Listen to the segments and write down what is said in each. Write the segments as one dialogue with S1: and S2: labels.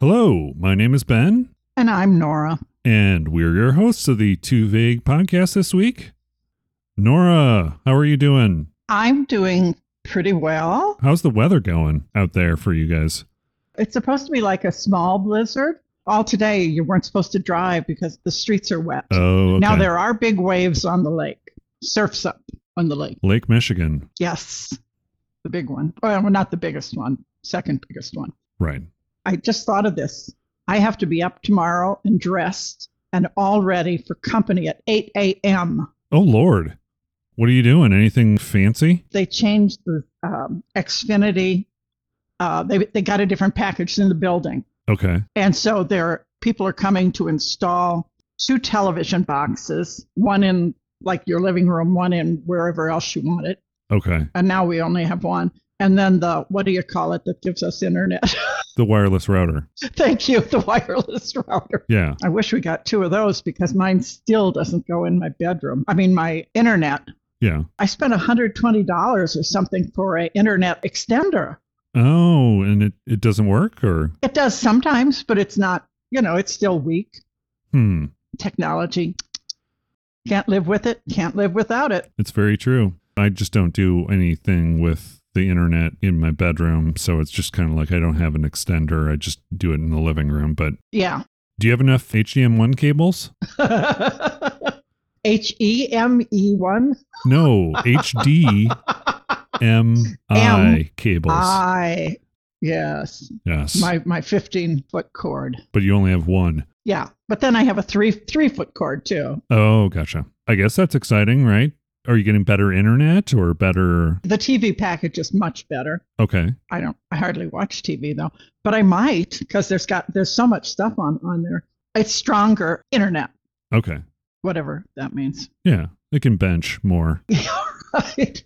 S1: Hello, my name is Ben,
S2: And I'm Nora.
S1: and we're your hosts of the Too Vague podcast this week. Nora, how are you doing?
S2: I'm doing pretty well.
S1: How's the weather going out there for you guys?
S2: It's supposed to be like a small blizzard. All today, you weren't supposed to drive because the streets are wet.
S1: Oh, okay.
S2: Now there are big waves on the lake. Surf's up on the lake.
S1: Lake Michigan,
S2: Yes, the big one. Well, not the biggest one, second biggest one.
S1: right?
S2: I just thought of this. I have to be up tomorrow and dressed and all ready for company at 8 a.m.
S1: Oh Lord, what are you doing? Anything fancy?
S2: they changed the um, Xfinity. Uh, they they got a different package in the building,
S1: Okay,
S2: and so there people are coming to install two television boxes, one in like your living room, one in wherever else you want it.
S1: okay.
S2: And now we only have one. And then the what do you call it that gives us internet?
S1: The wireless router.
S2: Thank you, the wireless router.
S1: Yeah.
S2: I wish we got two of those because mine still doesn't go in my bedroom. I mean, my internet.
S1: Yeah.
S2: I spent $120 or something for a internet extender.
S1: Oh, and it, it doesn't work or
S2: It does sometimes, but it's not, you know, it's still weak
S1: hmm.
S2: technology. Can't live with it, can't live without it.
S1: It's very true. I just don't do anything with the internet in my bedroom, so it's just kind of like I don't have an extender. I just do it in the living room. But
S2: Yeah.
S1: do you have enough HDM1 cables?
S2: H E M E 1
S1: No, HDMI cables.
S2: I. Yes.
S1: yes,
S2: My my 15 foot cord.
S1: but you only have one.
S2: Yeah. But then I have a 3 3 foot cord too.
S1: Oh, gotcha. I guess that's exciting, right? Are you getting better internet or better?
S2: The TV package is much better.
S1: Okay,
S2: I don't I hardly watch TV though, but I might because there's got there's so much stuff on on there. It's stronger internet,
S1: okay,
S2: whatever that means.
S1: yeah. It can bench more.
S2: right.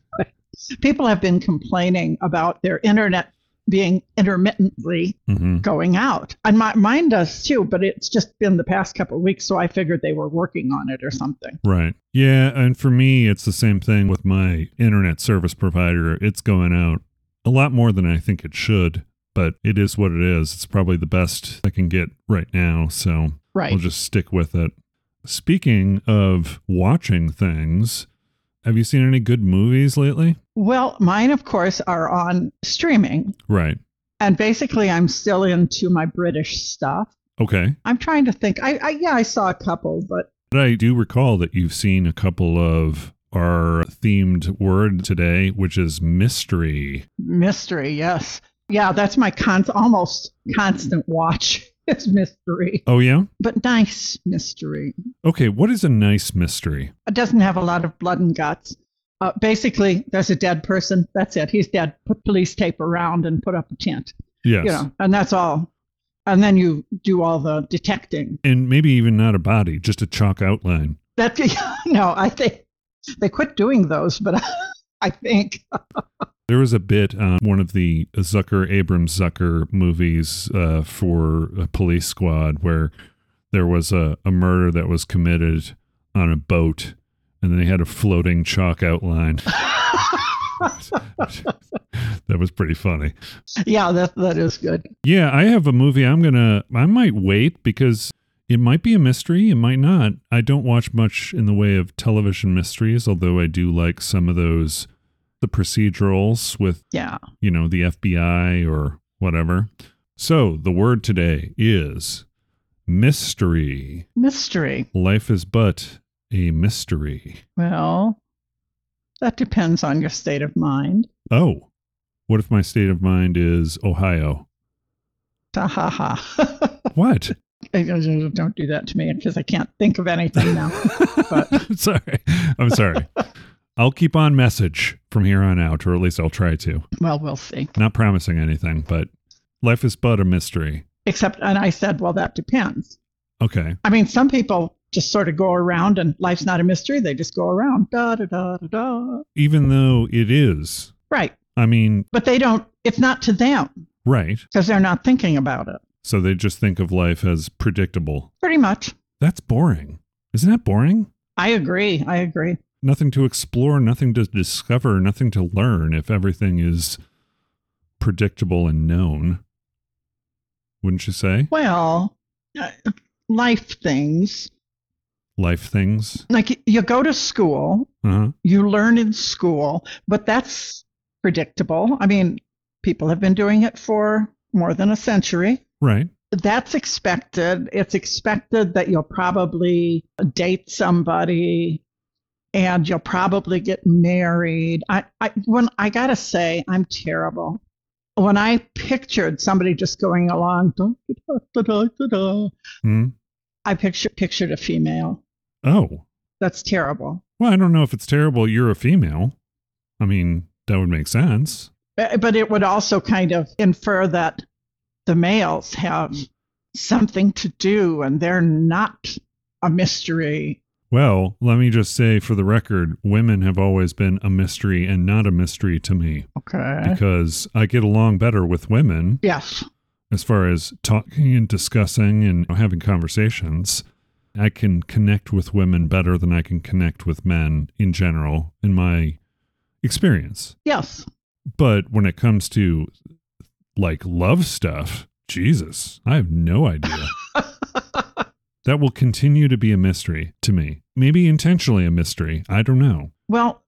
S2: People have been complaining about their internet being intermittently
S1: hmm
S2: going out, and my mine does too. But it's just been the past couple of weeks, so I figured they were working on it or something.
S1: Right. Yeah. And for me, it's the same thing with my internet service provider. It's going out a lot more than I think it should, but it is what it is. It's probably the best I can get right now. So
S2: Right.
S1: we'll just stick with it. Speaking of watching things, have you seen any good movies lately?
S2: well, mine of course are on streaming,
S1: Right.
S2: and basically I'm still into my British stuff.
S1: Okay.
S2: I'm trying to think. I, I yeah, I saw a couple, but
S1: But I do recall that you've seen a couple of our themed word today, which is mystery.
S2: mystery, yes. Yeah, that's my con- almost constant watch is mystery,
S1: Oh, yeah?
S2: but nice mystery.
S1: Okay. What is a nice mystery?
S2: It doesn't have a lot of blood and guts. Uh, basically, there's a dead person. That's it. He's dead. Put police tape around and put up a tent,
S1: Yes.
S2: you know, and that's all. And then you do all the detecting.
S1: and maybe even not a body, just a chalk outline.
S2: That no, I think they quit doing those, but I think
S1: There was a bit on one of the Zucker Abrams Zucker movies uh, for a police squad where there was a, a murder that was committed on a boat, and they had a floating chalk outline. that was pretty funny.
S2: yeah, that that is good.
S1: Yeah, I have a movie I'm going to I might wait because it might be a mystery, it might not. I don't watch much in the way of television mysteries, although I do like some of those the procedurals with,
S2: Yeah.
S1: you know, the FBI or whatever. So, the word today is mystery.
S2: Mystery.
S1: Life is but a mystery.
S2: Well, that depends on your state of mind.
S1: Oh. What if my state of mind is Ohio?
S2: Ha ha ha.
S1: What?
S2: Don't do that to me because I can't think of anything now. But-
S1: I'm sorry. I'm sorry. I'll keep on message from here on out, or at least I'll try to.
S2: well, we'll see.
S1: Not promising anything, but life is but a mystery.
S2: Except, and I said, well, that depends.
S1: Okay.
S2: I mean, some people just sort of go around and life's not a mystery. They just go around. Da da da da da.
S1: Even though it is,
S2: Right.
S1: I mean,
S2: But they don't, it's not to them
S1: right.
S2: because they're not thinking about it.
S1: So they just think of life as predictable.
S2: Pretty much.
S1: That's boring. Isn't that boring?
S2: I agree. I agree.
S1: Nothing to explore, nothing to discover, nothing to learn if everything is predictable and known. wouldn't you say?
S2: Well, uh, life things.
S1: Life things.
S2: Like you go to school,
S1: Uh-huh.
S2: you learn in school, but that's predictable. I mean, people have been doing it for more than a century.
S1: Right.
S2: That's expected. It's expected that you'll probably date somebody and you'll probably get married. I, I when I gotta say, I'm terrible. When I pictured somebody just going along, da, da, da, da, da, da,
S1: Hmm.
S2: I picture, pictured a female.
S1: Oh,
S2: That's terrible.
S1: well, I don't know if it's terrible. You're a female. I mean, that would make sense.
S2: But but it would also kind of infer that the males have something to do and they're not a mystery.
S1: Well, let me just say for the record, women have always been a mystery and not a mystery to me
S2: Okay.
S1: because I get along better with women
S2: Yes.
S1: as far as talking and discussing and having conversations. I can connect with women better than I can connect with men in general, in my experience.
S2: Yes.
S1: But when it comes to like love stuff, Jesus, I have no idea. that will continue to be a mystery to me. Maybe intentionally a mystery. I don't know.
S2: Well,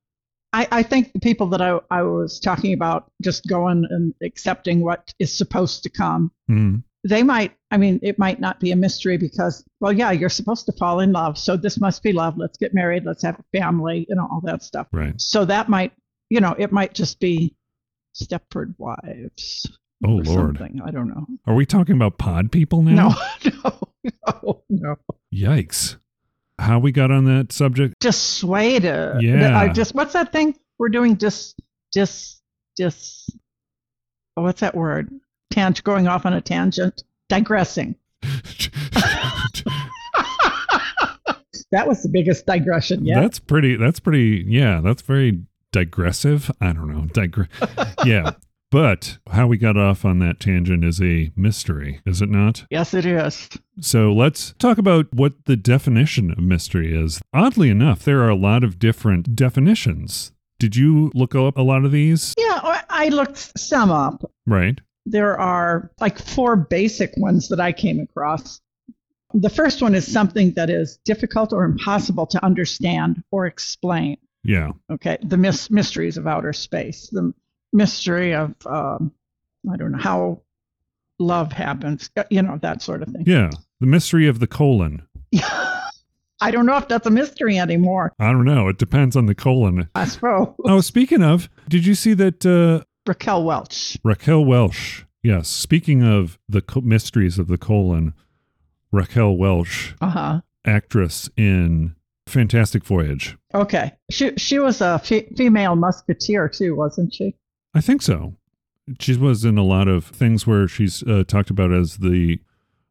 S2: I, I think the people that I, I was talking about just going and accepting what is supposed to come,
S1: Mm,
S2: they might, I mean, it might not be a mystery because, well, yeah, you're supposed to fall in love. So this must be love. Let's get married. Let's have a family, you know, all that stuff.
S1: right.
S2: So that might, you know, it might just be Stepford Wives.
S1: Oh,
S2: or
S1: Lord.
S2: Something. I don't know.
S1: Are we talking about pod people
S2: No,
S1: now?
S2: no, no, no.
S1: Yikes. How we got on that subject?
S2: Dissuaded.
S1: Yeah.
S2: I just, what's that thing we're doing? Dis, dis, dis. oh, What's that word? Tangent, going off on a tangent, digressing. that was the biggest digression yet.
S1: That's pretty that's pretty yeah, that's very digressive. I don't know. Digre- yeah. But how we got off on that tangent is a mystery, is it not?
S2: yes, it is.
S1: So let's talk about what the definition of mystery is. Oddly enough, there are a lot of different definitions. Did you look up a lot of these?
S2: Yeah, I I looked some up.
S1: Right.
S2: there are like four basic ones that I came across. The first one is something that is difficult or impossible to understand or explain.
S1: Yeah.
S2: Okay, the mys- mysteries of outer space, the mystery of um, I don't know how love happens, uh, you know that sort of thing.
S1: Yeah. The mystery of the colon.
S2: I don't know if that's a mystery anymore.
S1: I don't know. It depends on the colon.
S2: I suppose
S1: Oh, speaking of, did you see that uh,
S2: Raquel Welch.
S1: Raquel Welsh? Yes. Speaking of the co- mysteries of the colon, Raquel Welsh,
S2: Uh huh.
S1: actress in Fantastic Voyage.
S2: Okay, she she was a fe- female musketeer too, wasn't she?
S1: I think so. She was in a lot of things where she's uh, talked about as the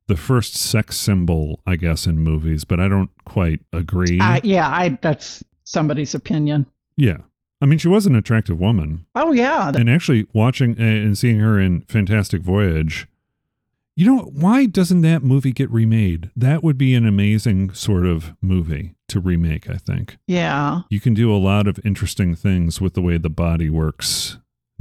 S1: the first sex symbol, I guess, in movies, but I don't quite agree.
S2: I, Uh, yeah, I that's somebody's opinion.
S1: yeah. I mean, she was an attractive woman.
S2: Oh yeah,
S1: And actually, watching uh, and seeing her in Fantastic Voyage, you know, why doesn't that movie get remade? That would be an amazing sort of movie to remake, I think.
S2: Yeah.
S1: You can do a lot of interesting things with the way the body works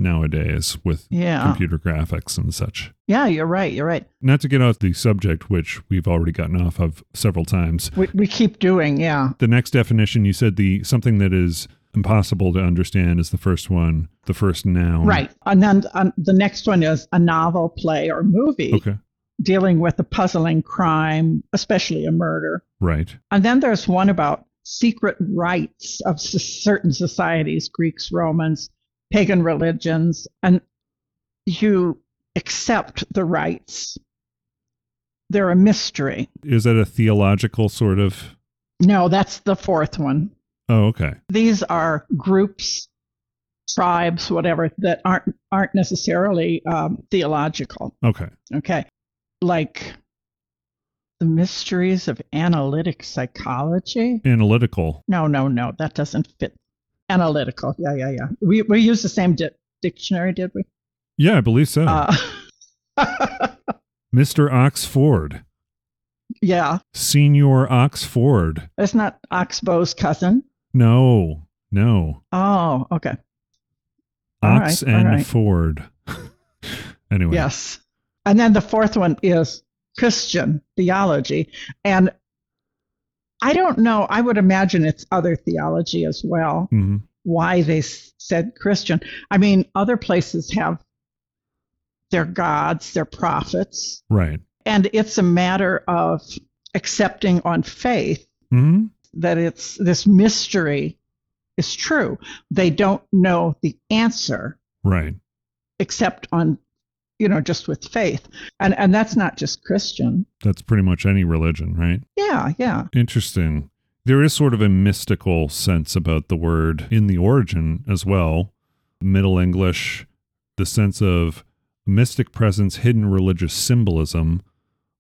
S1: nowadays with
S2: Yeah.
S1: computer graphics and such.
S2: Yeah, you're right. You're right.
S1: not to get off the subject, which we've already gotten off of several times.
S2: We, we keep doing, yeah.
S1: The next definition you said the something that is impossible to understand is the first one, the first noun.
S2: Right. And then um, the next one is a novel, play, or movie
S1: Okay.
S2: dealing with a puzzling crime, especially a murder.
S1: Right.
S2: And then there's one about secret rites of s- certain societies, Greeks, Romans, pagan religions, and you accept the rites. They're a mystery.
S1: Is that a theological sort of?
S2: No, that's the fourth one.
S1: Oh, okay.
S2: these are groups, tribes, whatever that aren't aren't necessarily um, theological.
S1: Okay.
S2: Okay, like the mysteries of analytic psychology.
S1: Analytical.
S2: No, no, no, that doesn't fit. Analytical. Yeah, yeah, yeah. We we used the same di- dictionary, did we?
S1: Yeah, I believe so.
S2: Uh,
S1: Mr. Oxford,
S2: yeah,
S1: Senior Oxford.
S2: it's not Oxbow's cousin.
S1: No, no.
S2: Oh, okay. All right,
S1: Ox
S2: all
S1: and
S2: right.
S1: Ford. anyway.
S2: Yes. And then the fourth one is Christian theology. And I don't know, I would imagine it's other theology as well,
S1: Mhm.
S2: why they s- said Christian. I mean, other places have their gods, their prophets,
S1: Right.
S2: and it's a matter of accepting on faith
S1: hmm
S2: that it's this mystery is true. They don't know the answer
S1: Right.
S2: except on you know just with faith. And and that's not just Christian.
S1: That's pretty much any religion, right?
S2: Yeah, yeah.
S1: Interesting. There is sort of a mystical sense about the word in the origin as well. Middle English, the sense of mystic presence, hidden religious symbolism,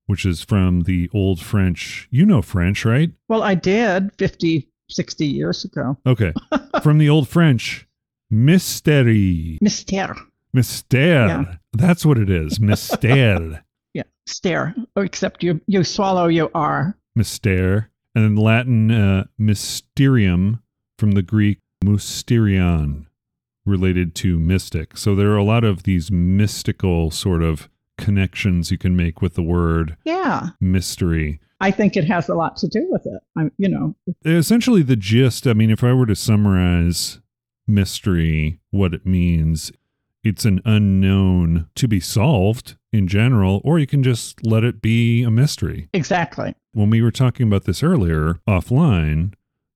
S1: which is from the Old French. You know French, right?
S2: Well, I did 50 60 years ago.
S1: Okay. from the Old French, mystery.
S2: Mystère.
S1: Mystère.
S2: Yeah.
S1: That's what it is. Mystère.
S2: Yeah, stare. Oh, Except you you swallow your R.
S1: Mystere, and then Latin uh, mysterium from the Greek mysterion, related to mystic. So there are a lot of these mystical sort of connections you can make with the word
S2: Yeah.
S1: mystery.
S2: I think it has a lot to do with it. I you know,
S1: Essentially, the gist I mean, if I were to summarize mystery, what it means, it's an unknown to be solved in general, or you can just let it be a mystery.
S2: exactly.
S1: when we were talking about this earlier offline,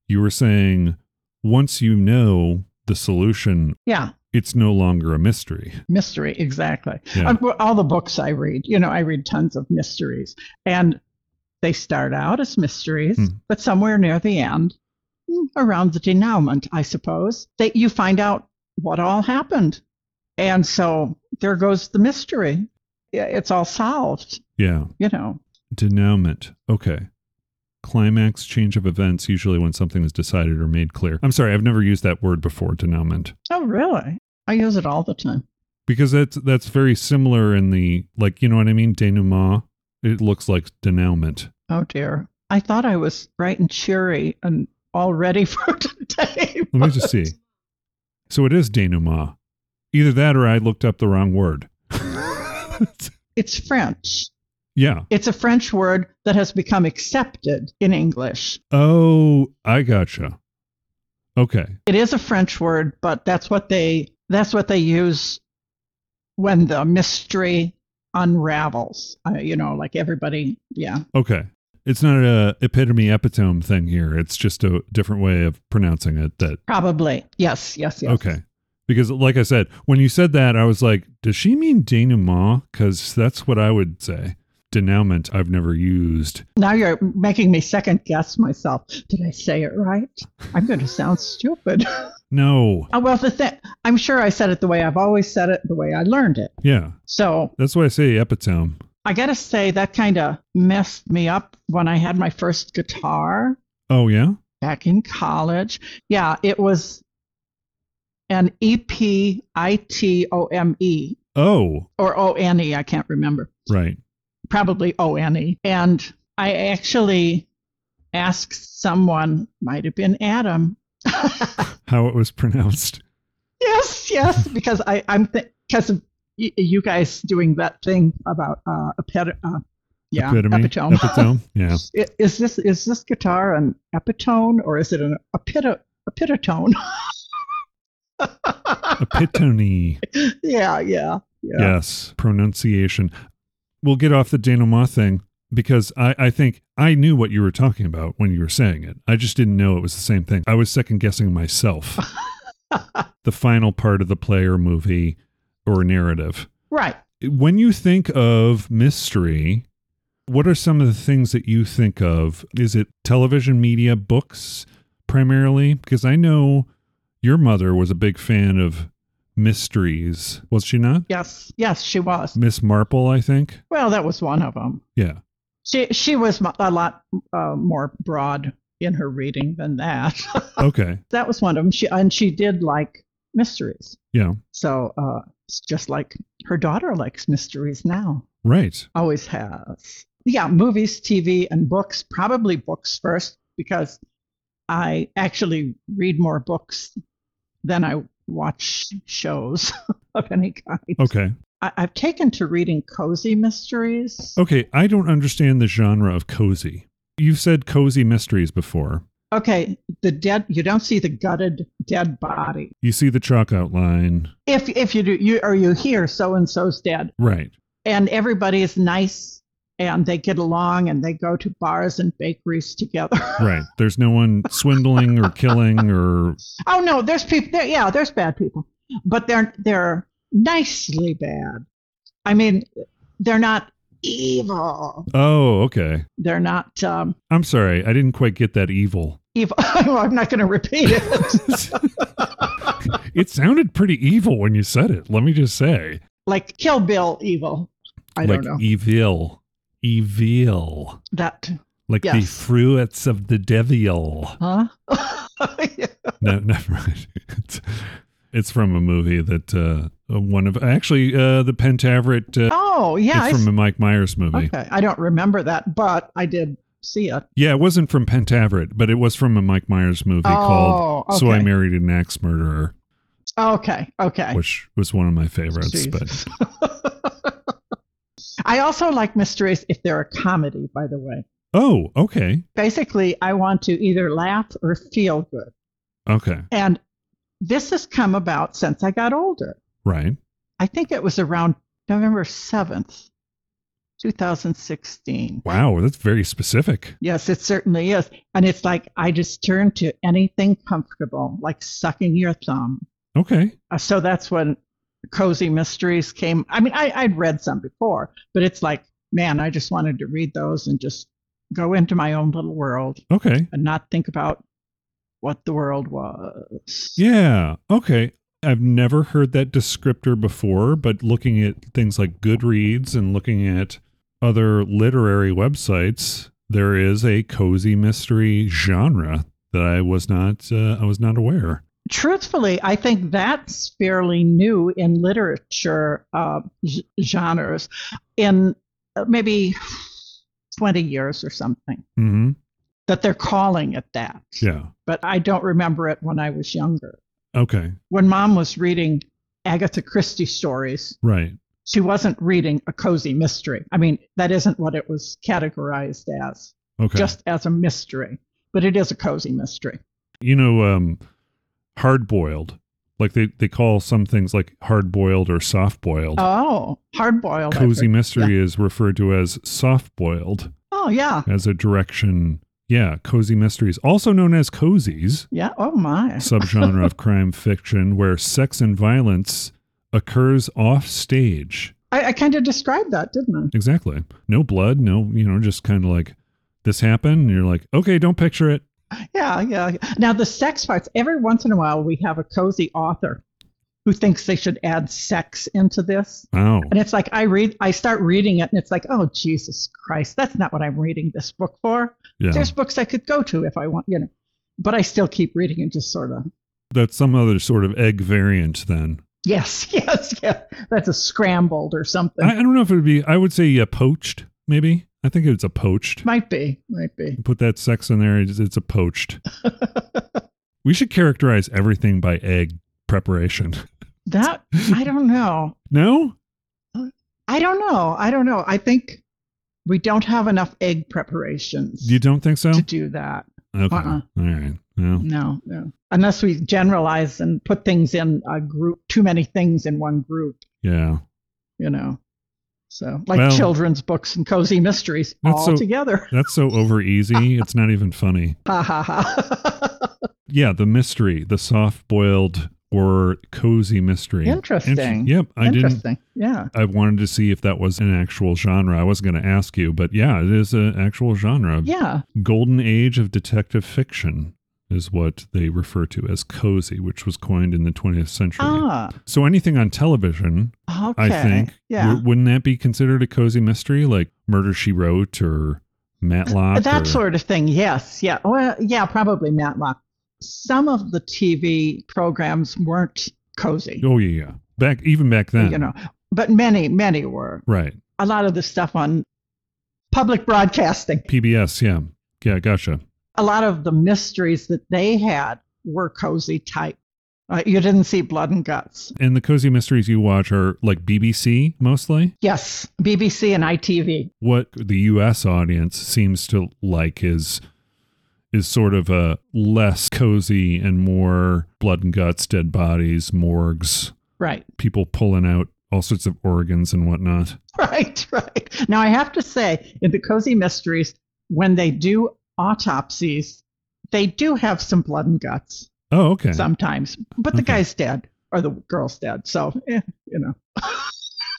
S1: you were saying once you know the solution,
S2: Yeah,
S1: it's no longer a mystery.
S2: mystery exactly.
S1: Yeah.
S2: Uh, well, all the books I read, you know, I read tons of mysteries, and they start out as mysteries,
S1: Hmm.
S2: but somewhere near the end, mm, around the denouement, I suppose, that you find out what all happened, and so there goes the mystery. Yeah, It's all solved,
S1: yeah.
S2: you know.
S1: Denouement. Okay. Climax change of events, usually when something is decided or made clear. I'm sorry, I've never used that word before, denouement.
S2: Oh, really? I use it all the time.
S1: Because that's that's very similar in the like you know what I mean? Denouement. It looks like denouement.
S2: Oh dear, I thought I was bright and cheery and all ready for today.
S1: Let me just see. So it is denouement. Either that or I looked up the wrong word.
S2: It's French.
S1: yeah.
S2: It's a French word that has become accepted in English.
S1: Oh, I gotcha. Okay.
S2: It is a French word, but that's what they that's what they use when the mystery unravels. Uh, you know, like everybody, yeah.
S1: Okay. It's not a epitome epitome thing here. It's just a different way of pronouncing it that
S2: Probably. Yes, yes, yes.
S1: okay. Because like I said, when you said that, I was like, does she mean denouement? Because that's what I would say. Denouement I've never used.
S2: Now you're making me second guess myself. Did I say it right? I'm going to sound stupid.
S1: No.
S2: oh, well, the thing, I'm sure I said it the way I've always said it, the way I learned it.
S1: Yeah.
S2: So
S1: That's why I say epitome.
S2: I got to say, that kind of messed me up when I had my first guitar.
S1: Oh yeah?
S2: back in college. Yeah, it was an E P I T O M E
S1: Oh.
S2: or O N E, I can't remember.
S1: Right.
S2: Probably O N E. And I actually asked someone, might have been Adam.
S1: How it was pronounced.
S2: yes, yes, because I, I'm because of y- you guys doing that thing about uh, epit- uh yeah,
S1: epitome.
S2: epitome.
S1: Epitome. Yeah.
S2: I- is this is this guitar an epitone or is it an epito, epitotone?
S1: Epitome.
S2: yeah, yeah, yeah,
S1: Yes, pronunciation. We'll get off the denouement thing because I, I think I knew what you were talking about when you were saying it. I just didn't know it was the same thing. I was second guessing myself. the final part of the play or movie or narrative.
S2: Right.
S1: When you think of mystery, what are some of the things that you think of? Is it television media, books primarily? Because I know your mother was a big fan of mysteries, was she not?
S2: Yes, yes, she was.
S1: Miss Marple, I think.
S2: Well, that was one of them.
S1: Yeah.
S2: She she was mo- a lot uh, more broad in her reading than that.
S1: Okay.
S2: that was one of them. She and she did like mysteries.
S1: Yeah.
S2: So uh, it's just like her daughter likes mysteries now.
S1: Right.
S2: Always has. Yeah, movies, TV, and books. Probably books first because I actually read more books than I watch shows of any kind.
S1: Okay.
S2: I, I've taken to reading cozy mysteries.
S1: Okay, I don't understand the genre of cozy. You've said cozy mysteries before.
S2: Okay, the dead. You don't see the gutted dead body.
S1: You see the chalk outline.
S2: If if you do, you or you hear so and so's dead,
S1: Right.
S2: and everybody is nice and they get along and they go to bars and bakeries together.
S1: Right. There's no one swindling or killing or
S2: oh no, there's people. There, yeah, there's bad people, but they're they're nicely bad. I mean, they're not evil.
S1: Oh, okay.
S2: They're not um,
S1: I'm sorry. I didn't quite get that evil.
S2: evil. Oh, I'm not going to repeat it.
S1: it sounded pretty evil when you said it. Let me just say.
S2: like Kill Bill evil. I
S1: like
S2: don't know
S1: evil. Evil.
S2: that.
S1: Like the
S2: Yes.
S1: fruits of the devil.
S2: Huh?
S1: no, never mind. It's, it's from a movie that uh, one of actually uh, the Pentaveret. Uh,
S2: Oh yeah, I
S1: it's from a Mike Myers movie.
S2: Okay, I don't remember that, but I did see it.
S1: Yeah, it wasn't from Pentaveret, but it was from a Mike Myers movie called
S2: oh, okay.
S1: "So I Married an Axe Murderer,"
S2: okay, okay.
S1: which was one of my favorites. But
S2: Jesus. I also like mysteries if they're a comedy, by the way.
S1: oh, okay,
S2: Basically, I want to either laugh or feel good.
S1: okay,
S2: And this has come about since I got older.
S1: right.
S2: I think it was around November 7th, 2016.
S1: Wow, that's very specific.
S2: Yes, it certainly is. And it's like I just turn to anything comfortable, like sucking your thumb.
S1: Okay,
S2: Uh, so that's when cozy mysteries came. I mean, I, I'd read some before, but it's like, man, I just wanted to read those and just go into my own little world
S1: okay,
S2: and not think about what the world was.
S1: yeah, okay. I've never heard that descriptor before, but looking at things like Goodreads and looking at other literary websites, there is a cozy mystery genre that I was not uh, I was not aware.
S2: Truthfully, I think that's fairly new in literature uh, g- genres in uh, maybe 20 years or something
S1: hmm
S2: that they're calling it that.
S1: Yeah.
S2: But I don't remember it when I was younger.
S1: Okay.
S2: when mom was reading Agatha Christie stories,
S1: Right.
S2: she wasn't reading a cozy mystery. I mean, that isn't what it was categorized as,
S1: Okay.
S2: just as a mystery, but it is a cozy mystery.
S1: you know, um, hard boiled. Like they, they call some things like hard boiled or soft boiled.
S2: Oh, hard boiled.
S1: Cozy mystery is referred to as soft boiled
S2: Oh, yeah.
S1: as a direction. Yeah, cozy mysteries, also known as cozies,
S2: Yeah. Oh, my.
S1: subgenre of crime fiction where sex and violence occurs off stage.
S2: I, I kind of described that, didn't I?
S1: Exactly. No blood, no, you know, just kind of like this happened. And you're like, okay, don't picture it.
S2: Yeah, yeah. yeah. Now, the sex parts, every once in a while, we have a cozy author who thinks they should add sex into this.
S1: Oh,
S2: And it's like I read, I start reading it, and it's like, oh Jesus Christ, that's not what I'm reading this book for.
S1: yeah.
S2: There's books I could go to if I want, you know. But I still keep reading and just sort of,
S1: That's some other sort of egg variant then.
S2: yes, yes, yes. That's a scrambled or something.
S1: I, I don't know if it would be. I would say uh, poached, maybe. I think it's a poached.
S2: might be, might be.
S1: Put that sex in there. It's, it's a poached. we should characterize everything by egg preparation.
S2: That I don't know.
S1: No,
S2: I don't know. I don't know. I think we don't have enough egg preparations
S1: you don't think so?
S2: to do that.
S1: Okay.
S2: Uh-uh.
S1: All right. Well,
S2: No, no. Unless we generalize and put things in a group, too many things in one group.
S1: yeah.
S2: you know. So, like
S1: Well-
S2: children's books and cozy mysteries
S1: That's
S2: all
S1: so-
S2: together.
S1: That's so over easy. It's not even funny.
S2: Ha ha ha.
S1: Yeah, the mystery, the soft boiled or cozy mystery.
S2: Interesting.
S1: Inter- yep. I didn't.
S2: Interesting. Yeah.
S1: I wanted to see if that was an actual genre. I was going to ask you, but yeah, it is an actual genre.
S2: Yeah.
S1: Golden Age of Detective Fiction is what they refer to as cozy, which was coined in the 20th century.
S2: Ah,
S1: So anything on television,
S2: okay.
S1: I think,
S2: Yeah.
S1: w- wouldn't that be considered a cozy mystery, like Murder She Wrote or Matlock?
S2: that
S1: or-
S2: sort of thing. Yes. Yeah. Well, yeah, probably Matlock. Some of the TV programs weren't cozy,
S1: Oh yeah, yeah. Back even back then.
S2: you know, but many, many were.
S1: Right.
S2: A lot of the stuff on public broadcasting,
S1: PBS. Yeah. Yeah. Gotcha.
S2: a lot of the mysteries that they had were cozy type Uh, you didn't see blood and guts.
S1: And the cozy mysteries you watch are like BBC mostly.
S2: Yes, BBC and ITV.
S1: What the US audience seems to like is is sort of a less cozy and more blood and guts, dead bodies, morgues,
S2: Right,
S1: people pulling out all sorts of organs and whatnot.
S2: right, right. Now, I have to say, in the Cozy Mysteries, when they do autopsies, they do have some blood and guts
S1: Oh, okay.
S2: sometimes, but the
S1: Okay.
S2: guy's dead or the girl's dead. So, eh, you know.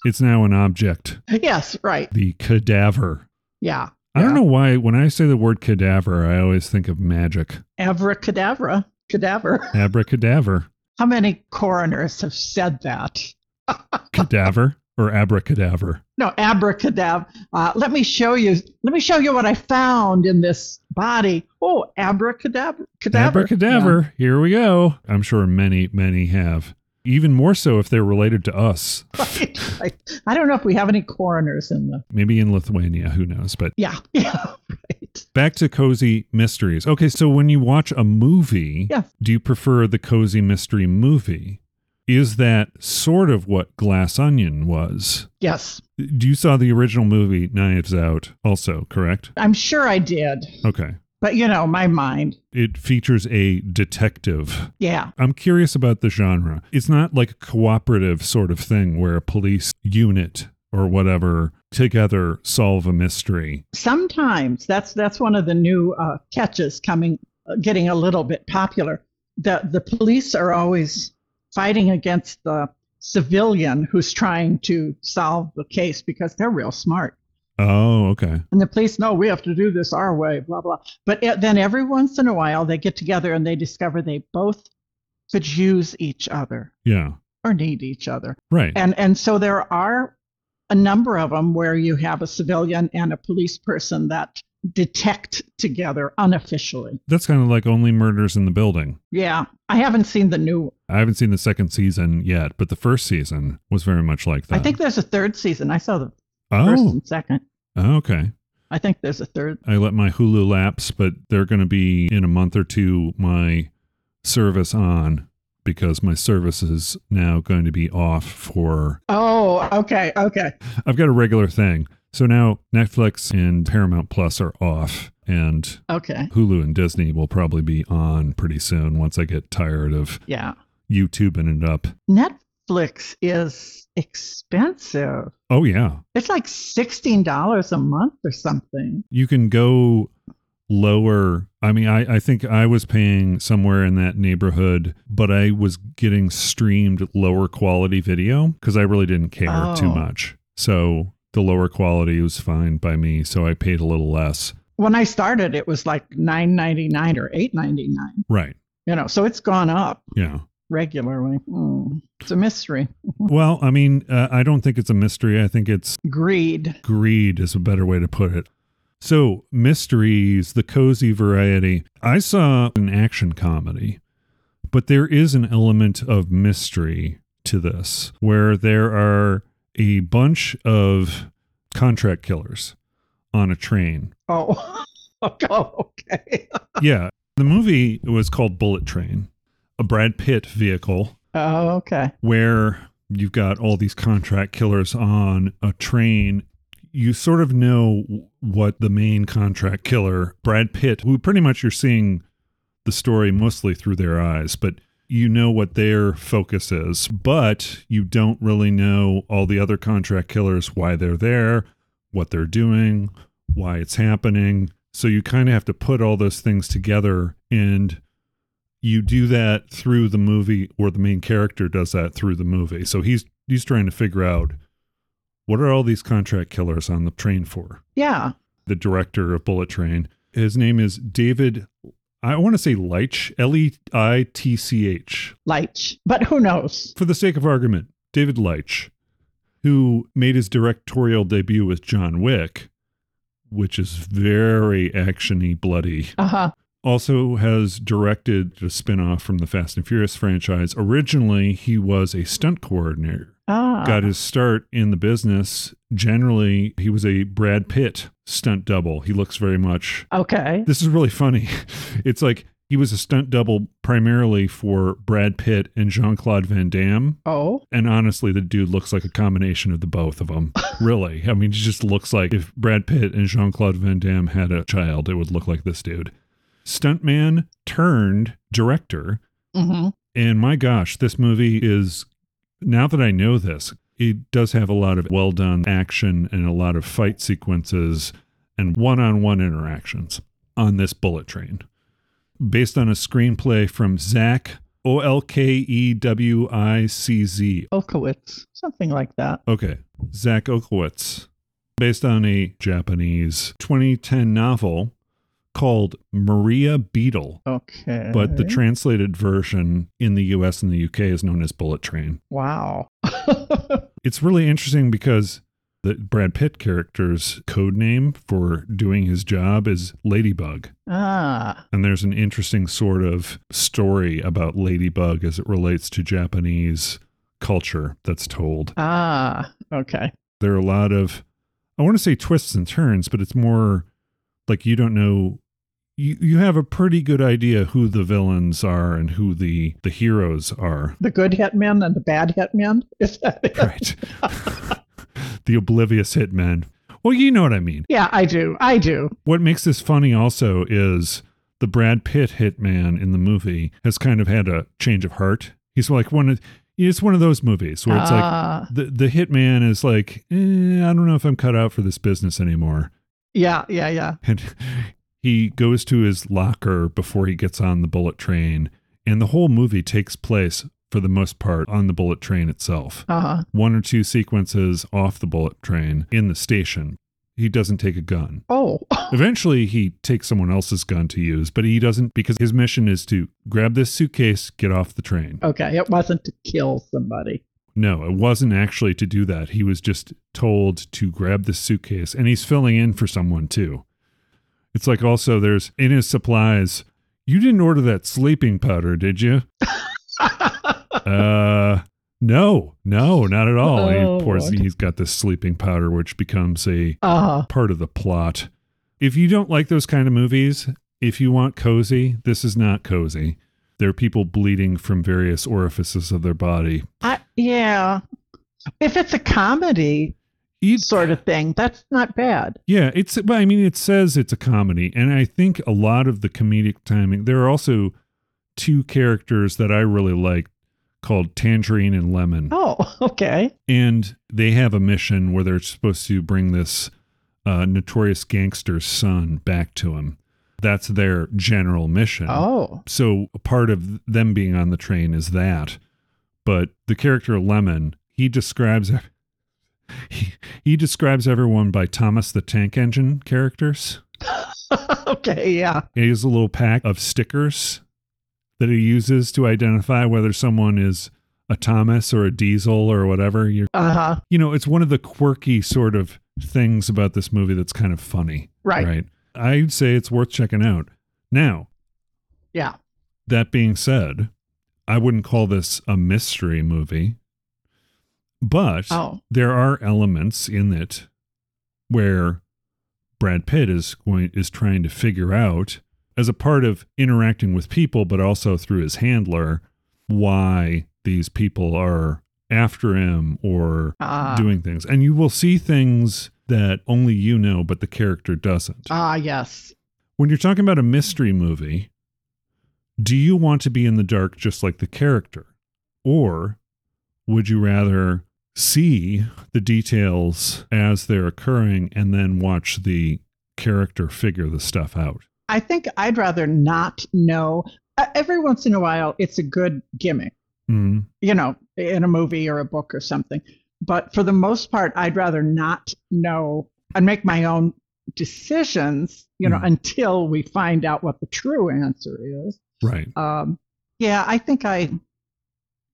S1: It's now an object.
S2: Yes, right.
S1: The cadaver.
S2: Yeah.
S1: I don't
S2: Yeah.
S1: know why when I say the word cadaver, I always think of magic.
S2: Abracadabra. Cadaver.
S1: Abracadaver.
S2: How many coroners have said that?
S1: cadaver or abracadaver.
S2: No, abracadabra. Uh, let me show you. Let me show you what I found in this body. Oh, abracadabra. Cadaver.
S1: Abracadaver. Here we go. I'm sure many, many have. Even more so if they're related to us.
S2: Yeah, right, right. I don't know if we have any coroners in the.
S1: Maybe in Lithuania, who knows? But
S2: Yeah. Yeah. Right.
S1: back to cozy mysteries. Okay, so when you watch a movie,
S2: Yeah.
S1: do you prefer the cozy mystery movie? Is that sort of what Glass Onion was?
S2: Yes.
S1: Do you saw the original movie Knives Out also, correct?
S2: I'm sure I did.
S1: Okay.
S2: But, you know, my mind.
S1: It features a detective
S2: Yeah.
S1: I'm curious about the genre. It's not like a cooperative sort of thing where a police unit or whatever together solve a mystery.
S2: Sometimes that's that's one of the new uh, catches coming, uh, getting a little bit popular. The, the police are always fighting against the civilian who's trying to solve the case because they're real smart.
S1: Oh, okay.
S2: And the police, no, we have to do this our way, blah, blah. But e- then every once in a while, they get together and they discover they both could use each other
S1: Yeah.
S2: or need each other.
S1: Right.
S2: And, and so there are a number of them where you have a civilian and a police person that detect together unofficially.
S1: That's kind of like only murders in the building.
S2: Yeah. I haven't seen the new,
S1: I haven't seen the second season yet, but the first season was very much like that.
S2: I think there's a third season. I saw the first
S1: Oh,
S2: and second.
S1: okay.
S2: I think there's a third.
S1: I let my Hulu lapse, but they're going to be in a month or two my service on because my service is now going to be off for
S2: Oh, okay. Okay.
S1: I've got a regular thing. So now Netflix and Paramount Plus are off, and
S2: Okay.
S1: Hulu and Disney will probably be on pretty soon once I get tired of
S2: Yeah.
S1: YouTubing it up.
S2: Netflix is expensive.
S1: Oh, yeah.
S2: It's like sixteen dollars a month or something.
S1: You can go lower. I mean, I, I think I was paying somewhere in that neighborhood, but I was getting streamed lower quality video because I really didn't care too
S2: Oh.
S1: much. So the lower quality was fine by me. So I paid a little less.
S2: When I started, it was like nine ninety nine or eight ninety nine.
S1: Right.
S2: You know, so it's gone up
S1: Yeah.
S2: regularly. Hmm. It's a mystery.
S1: Well, I mean, uh, I don't think it's a mystery. I think it's
S2: Greed.
S1: greed is a better way to put it. So, mysteries, the cozy variety. I saw an action comedy, but there is an element of mystery to this where there are a bunch of contract killers on a train.
S2: Oh. oh okay.
S1: yeah. The movie was called Bullet Train, a Brad Pitt vehicle
S2: Oh, okay.
S1: where you've got all these contract killers on a train. You sort of know what the main contract killer, Brad Pitt, who pretty much you're seeing the story mostly through their eyes, but you know what their focus is. But you don't really know all the other contract killers, why they're there, what they're doing, why it's happening. So you kind of have to put all those things together and you do that through the movie or the main character does that through the movie so he's he's trying to figure out what are all these contract killers on the train for
S2: Yeah.
S1: the director of bullet train his name is david i want to say leitch E l-e-i-t-c-h
S2: Light. But who knows?
S1: for the sake of argument david leitch who made his directorial debut with john wick which is very actiony bloody
S2: Uh huh.
S1: also has directed a spin-off from the Fast and Furious franchise. Originally, he was a stunt coordinator.
S2: Ah.
S1: Got his start in the business. Generally, he was a Brad Pitt stunt double. He looks very much
S2: Okay.
S1: This is really funny. It's like He was a stunt double primarily for Brad Pitt and Jean Claude Van Damme.
S2: Oh,
S1: And honestly, the dude looks like a combination of the both of them. Really. I mean, he just looks like if Brad Pitt and Jean Claude Van Damme had a child, it would look like this dude. Stuntman turned director.
S2: hmm
S1: And my gosh, this movie is, now that I know this, it does have a lot of well done action and a lot of fight sequences and one on one interactions on this bullet train. Based on a screenplay from Zach O L K E W I C Z.
S2: Okowitz, something like that.
S1: Okay, Zach Okowitz. Based on a Japanese 2010 novel called Maria Beetle
S2: Okay.
S1: but the translated version in the US and the UK is known as Bullet Train.
S2: wow.
S1: It's really interesting because the Brad Pitt character's code name for doing his job is Ladybug.
S2: ah,
S1: And there's an interesting sort of story about Ladybug as it relates to Japanese culture that's told.
S2: ah, okay.
S1: There are a lot of, I want to say twists and turns, but it's more like you don't know. You, you have a pretty good idea who the villains are and who the, the heroes are.
S2: The good hitman and the bad hitman. Is that it?
S1: right. the oblivious hitmen. Well, you know what I mean.
S2: Yeah, I do. I do.
S1: What makes this funny also is the Brad Pitt hitman in the movie has kind of had a change of heart. He's like one of it's one of those movies where it's like
S2: Ah,
S1: the the hitman is like, eh, I don't know if I'm cut out for this business anymore,
S2: yeah, yeah, yeah.
S1: and he goes to his locker before he gets on the bullet train, and the whole movie takes place for the most part on the bullet train itself
S2: Uh-huh.
S1: one or two sequences off the bullet train in the station. He doesn't take a gun.
S2: Oh,
S1: Eventually, he takes someone else's gun to use, but he doesn't because his mission is to grab this suitcase, get off the train.
S2: okay. It wasn't to kill somebody.
S1: No, it wasn't actually to do that. He was just told to grab the suitcase, and he's filling in for someone too. It's like also there's in his supplies, you didn't order that sleeping powder, did you? uh no no not at all And
S2: Oh,
S1: he pours,
S2: Lord.
S1: he's got this sleeping powder which becomes a
S2: uh,
S1: part of the plot if you don't like those kind of movies if you want cozy this is not cozy there are people bleeding from various orifices of their body
S2: I, yeah. If it's a comedy
S1: You-
S2: sort of thing, that's not bad.
S1: yeah it's well, i mean it says it's a comedy and i think a lot of the comedic timing there are also two characters that i really like called tangerine and lemon
S2: Oh, okay.
S1: and they have a mission where they're supposed to bring this uh, notorious gangster's son back to him. That's their general mission.
S2: Oh,
S1: So a part of them being on the train is that. But the character Lemon, he describes he, he describes everyone by Thomas the Tank Engine characters.
S2: okay. Yeah.
S1: He has a little pack of stickers that he uses to identify whether someone is a Thomas or a Diesel or whatever. You're
S2: Uh huh.
S1: you know, it's one of the quirky sort of things about this movie that's kind of funny,
S2: Right.
S1: right? I'd say it's worth checking out. Now,
S2: Yeah.
S1: that being said, I wouldn't call this a mystery movie, but
S2: Oh,
S1: there are elements in it where Brad Pitt is going is trying to figure out as a part of interacting with people but also through his handler why these people are after him or
S2: ah,
S1: doing things. And you will see things that only you know, but the character doesn't.
S2: ah, yes.
S1: when you're talking about a mystery movie, do you want to be in the dark just like the character? Or would you rather see the details as they're occurring and then watch the character figure the stuff out?
S2: I think I'd rather not know. Uh, every once in a while, it's a good gimmick,
S1: Mm,
S2: you know, in a movie or a book or something. But for the most part, I'd rather not know and make my own decisions, you know,
S1: Mhm.
S2: until we find out what the true answer is.
S1: right.
S2: Um, yeah, I think I,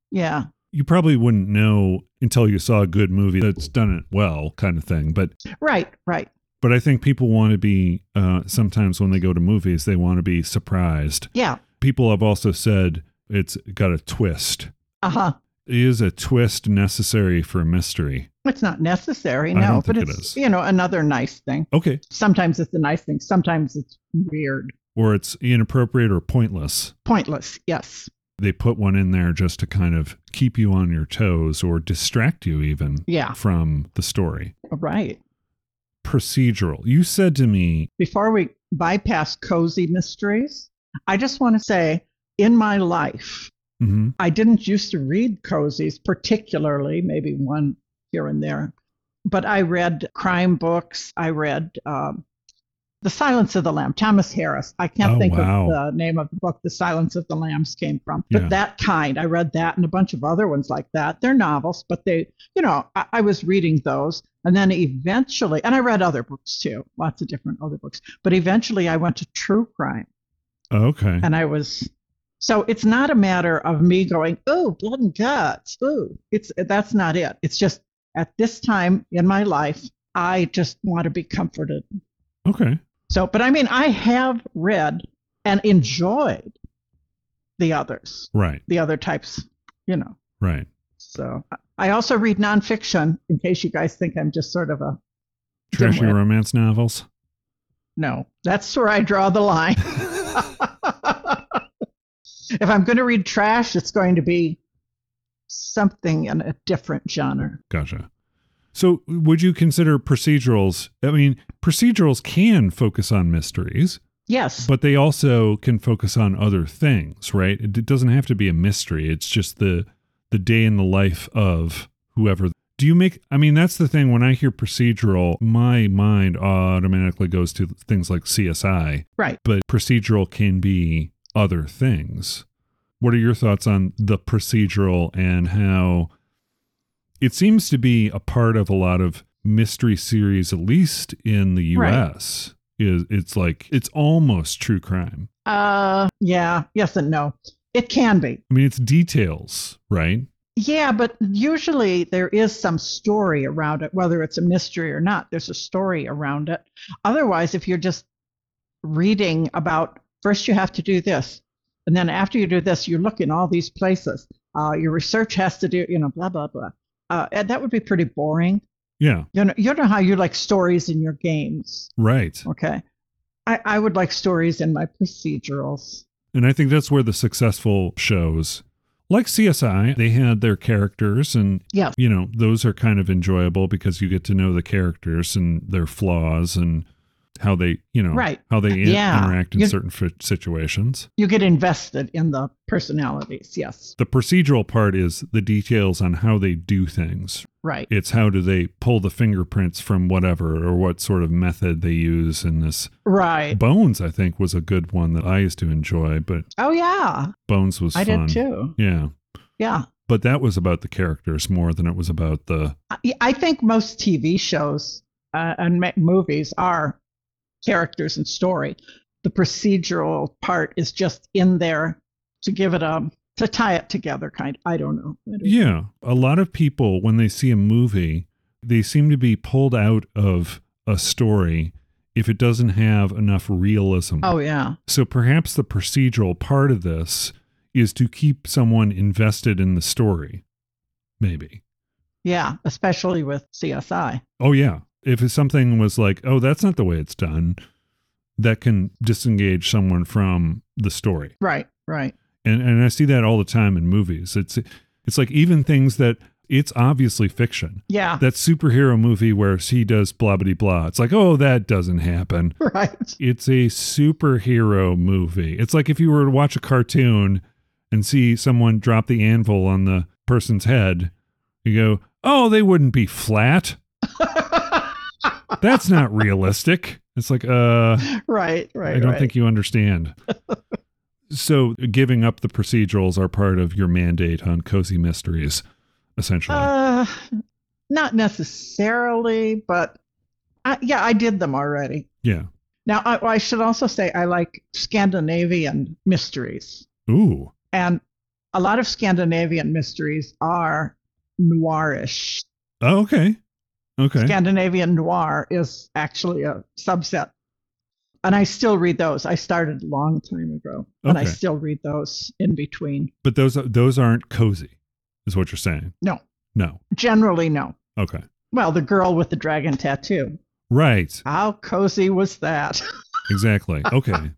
S2: yeah,
S1: You probably wouldn't know until you saw a good movie that's done it well, kind of thing. But
S2: right, right.
S1: but I think people want to be uh, sometimes when they go to movies, they want to be surprised.
S2: Yeah.
S1: People have also said it's got a twist.
S2: Uh huh.
S1: Is a twist necessary for a mystery?
S2: It's not necessary,
S1: I
S2: no,
S1: don't
S2: but
S1: think it
S2: it's,
S1: is.
S2: you know, another nice thing.
S1: Okay,
S2: Sometimes it's a nice thing, sometimes it's weird.
S1: or it's inappropriate or pointless.
S2: Pointless. Yes.
S1: They put one in there just to kind of keep you on your toes or distract you even
S2: Yeah.
S1: from the story.
S2: Right.
S1: Procedural. You said to me,
S2: Before we bypass cozy mysteries, I just want to say in my life,
S1: mhm,
S2: I didn't used to read cozies particularly, maybe one here and there, but I read crime books. I read um, The Silence of the Lamb, Thomas Harris. I can't
S1: Oh,
S2: think
S1: wow.
S2: of the name of the book The Silence of the Lambs came from, but
S1: Yeah.
S2: that kind. I read that and a bunch of other ones like that. They're novels, but they, you know, I, I was reading those. And then eventually, and I read other books too, lots of different other books, but eventually I went to true crime.
S1: okay,
S2: And I was so it's not a matter of me going, oh, blood and guts. Ooh, it's that's not it. It's just at this time in my life, I just want to be comforted.
S1: okay.
S2: So, but I mean, I have read and enjoyed the others,
S1: Right,
S2: the other types, you know.
S1: right.
S2: So I- I also read nonfiction in case you guys think I'm just sort of a
S1: Trashy
S2: Dimwit.
S1: romance novels.
S2: No, that's where I draw the line. if I'm going to read trash, it's going to be something in a different genre.
S1: Gotcha. So, would you consider procedurals? I mean, procedurals can focus on mysteries,
S2: Yes,
S1: but they also can focus on other things, right? It doesn't have to be a mystery. It's just the the day in the life of whoever. Do you make I mean, that's the thing when I hear procedural, my mind automatically goes to things like CSI,
S2: right.
S1: but procedural can be other things. What are your thoughts on the procedural and how it seems to be a part of a lot of mystery series, at least in the
S2: Right.
S1: US? Is it's like it's almost true crime.
S2: Uh, yeah, yes and no. It can be.
S1: I mean, it's details, right?
S2: Yeah, but usually there is some story around it, whether it's a mystery or not. There's a story around it. Otherwise, if you're just reading about first you have to do this, and then after you do this, you look in all these places. Uh, your research has to do, you know, blah blah blah. Uh, and that would be pretty boring.
S1: Yeah,
S2: You know, you know how you like stories in your games,
S1: right.
S2: okay? I, I would like stories in my procedurals.
S1: And I think that's where the successful shows, like CSI, they had their characters, and
S2: Yes.
S1: you know those are kind of enjoyable because you get to know the characters and their flaws and how they, you know,
S2: Right.
S1: how they in-
S2: Yeah.
S1: interact in
S2: You-
S1: certain f- situations.
S2: You get invested in the personalities. Yes,
S1: The procedural part is the details on how they do things.
S2: right.
S1: It's how do they pull the fingerprints from whatever or what sort of method they use in this.
S2: Right.
S1: Bones, I think, was a good one that I used to enjoy, but
S2: Oh yeah,
S1: Bones was
S2: I
S1: fun.
S2: did too.
S1: Yeah.
S2: Yeah,
S1: but that was about the characters more than it was about the
S2: I, I think most TV shows uh, and ma- movies are characters and story. The procedural part is just in there to give it a to tie it together. Kind. I don't know. I don't-
S1: yeah a lot of people when they see a movie they seem to be pulled out of a story if it doesn't have enough realism
S2: Oh yeah.
S1: so perhaps the procedural part of this is to keep someone invested in the story maybe
S2: Yeah, especially with CSI.
S1: oh yeah if something was like oh that's not the way it's done that can disengage someone from the story
S2: Right. Right.
S1: and and I see that all the time in movies. It's it's like even things that it's obviously fiction.
S2: Yeah.
S1: That superhero movie where he does blah blah blah. It's like oh that doesn't happen.
S2: right.
S1: It's a superhero movie. It's like if you were to watch a cartoon and see someone drop the anvil on the person's head, you go oh they wouldn't be flat. That's not realistic. It's like uh
S2: right. Right.
S1: I don't
S2: right.
S1: think you understand. so, giving up the procedurals are part of your mandate on cozy mysteries, essentially.
S2: Uh, not necessarily, but I, yeah, I did them already.
S1: yeah.
S2: Now, I, I should also say I like Scandinavian mysteries.
S1: Ooh.
S2: And a lot of Scandinavian mysteries are noirish.
S1: Oh, okay. Okay.
S2: Scandinavian noir is actually a subset. And I still read those. I started a long time ago, and I
S1: Okay.
S2: still read those in between.
S1: but those those aren't cozy, is what you're saying?
S2: No.
S1: No.
S2: Generally, no.
S1: Okay.
S2: Well, The Girl with the Dragon Tattoo.
S1: Right.
S2: How cozy was that?
S1: Exactly. Okay.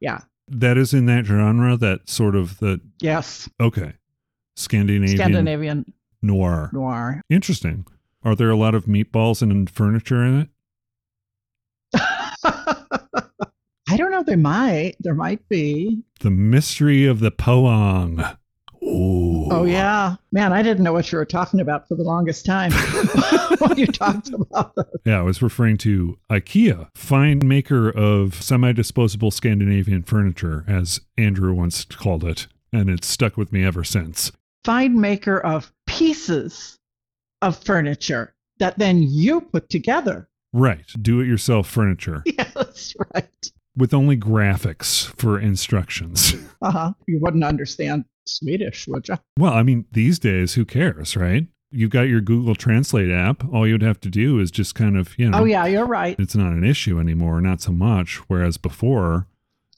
S2: Yeah.
S1: That is in that genre, that sort of the
S2: Yes.
S1: okay. Scandinavian,
S2: Scandinavian
S1: noir.
S2: noir.
S1: Interesting. Are there a lot of meatballs and furniture in it?
S2: I don't know. There might. There might be.
S1: The mystery of the poang. Ooh.
S2: Oh yeah, man. I didn't know what you were talking about for the longest time when you talked about that.
S1: Yeah, I was referring to IKEA, fine maker of semi disposable Scandinavian furniture, as Andrew once called it. And it's stuck with me ever since.
S2: Find maker of pieces of furniture that then you put together.
S1: Right. Do it yourself furniture
S2: Yes, right.
S1: with only graphics for instructions.
S2: Uh huh. You wouldn't understand Swedish, would you?
S1: Well, I mean, these days, who cares, right? You've got your Google Translate app. All you'd have to do is just kind of, you know,
S2: Oh yeah, you're right.
S1: it's not an issue anymore, not so much. Whereas before,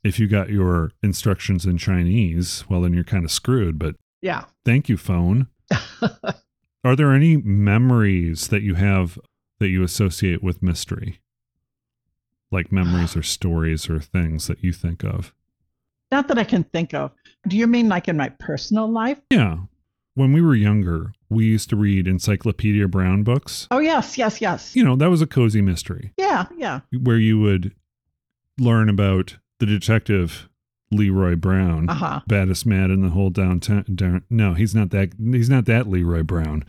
S1: if you got your instructions in Chinese, well, then you're kind of screwed. But
S2: Yeah.
S1: thank you, phone. Are there any memories that you have that you associate with mystery? Like memories or stories or things that you think of?
S2: Not that I can think of. Do you mean like in my personal life?
S1: Yeah. When we were younger, we used to read Encyclopedia Brown books.
S2: Oh yes, yes, yes.
S1: You know, that was a cozy mystery
S2: Yeah, yeah.
S1: where you would learn about the detective Leroy Brown,
S2: Uh huh.
S1: baddest man in the whole downtown. Down, no, he's not that. He's not that Leroy Brown.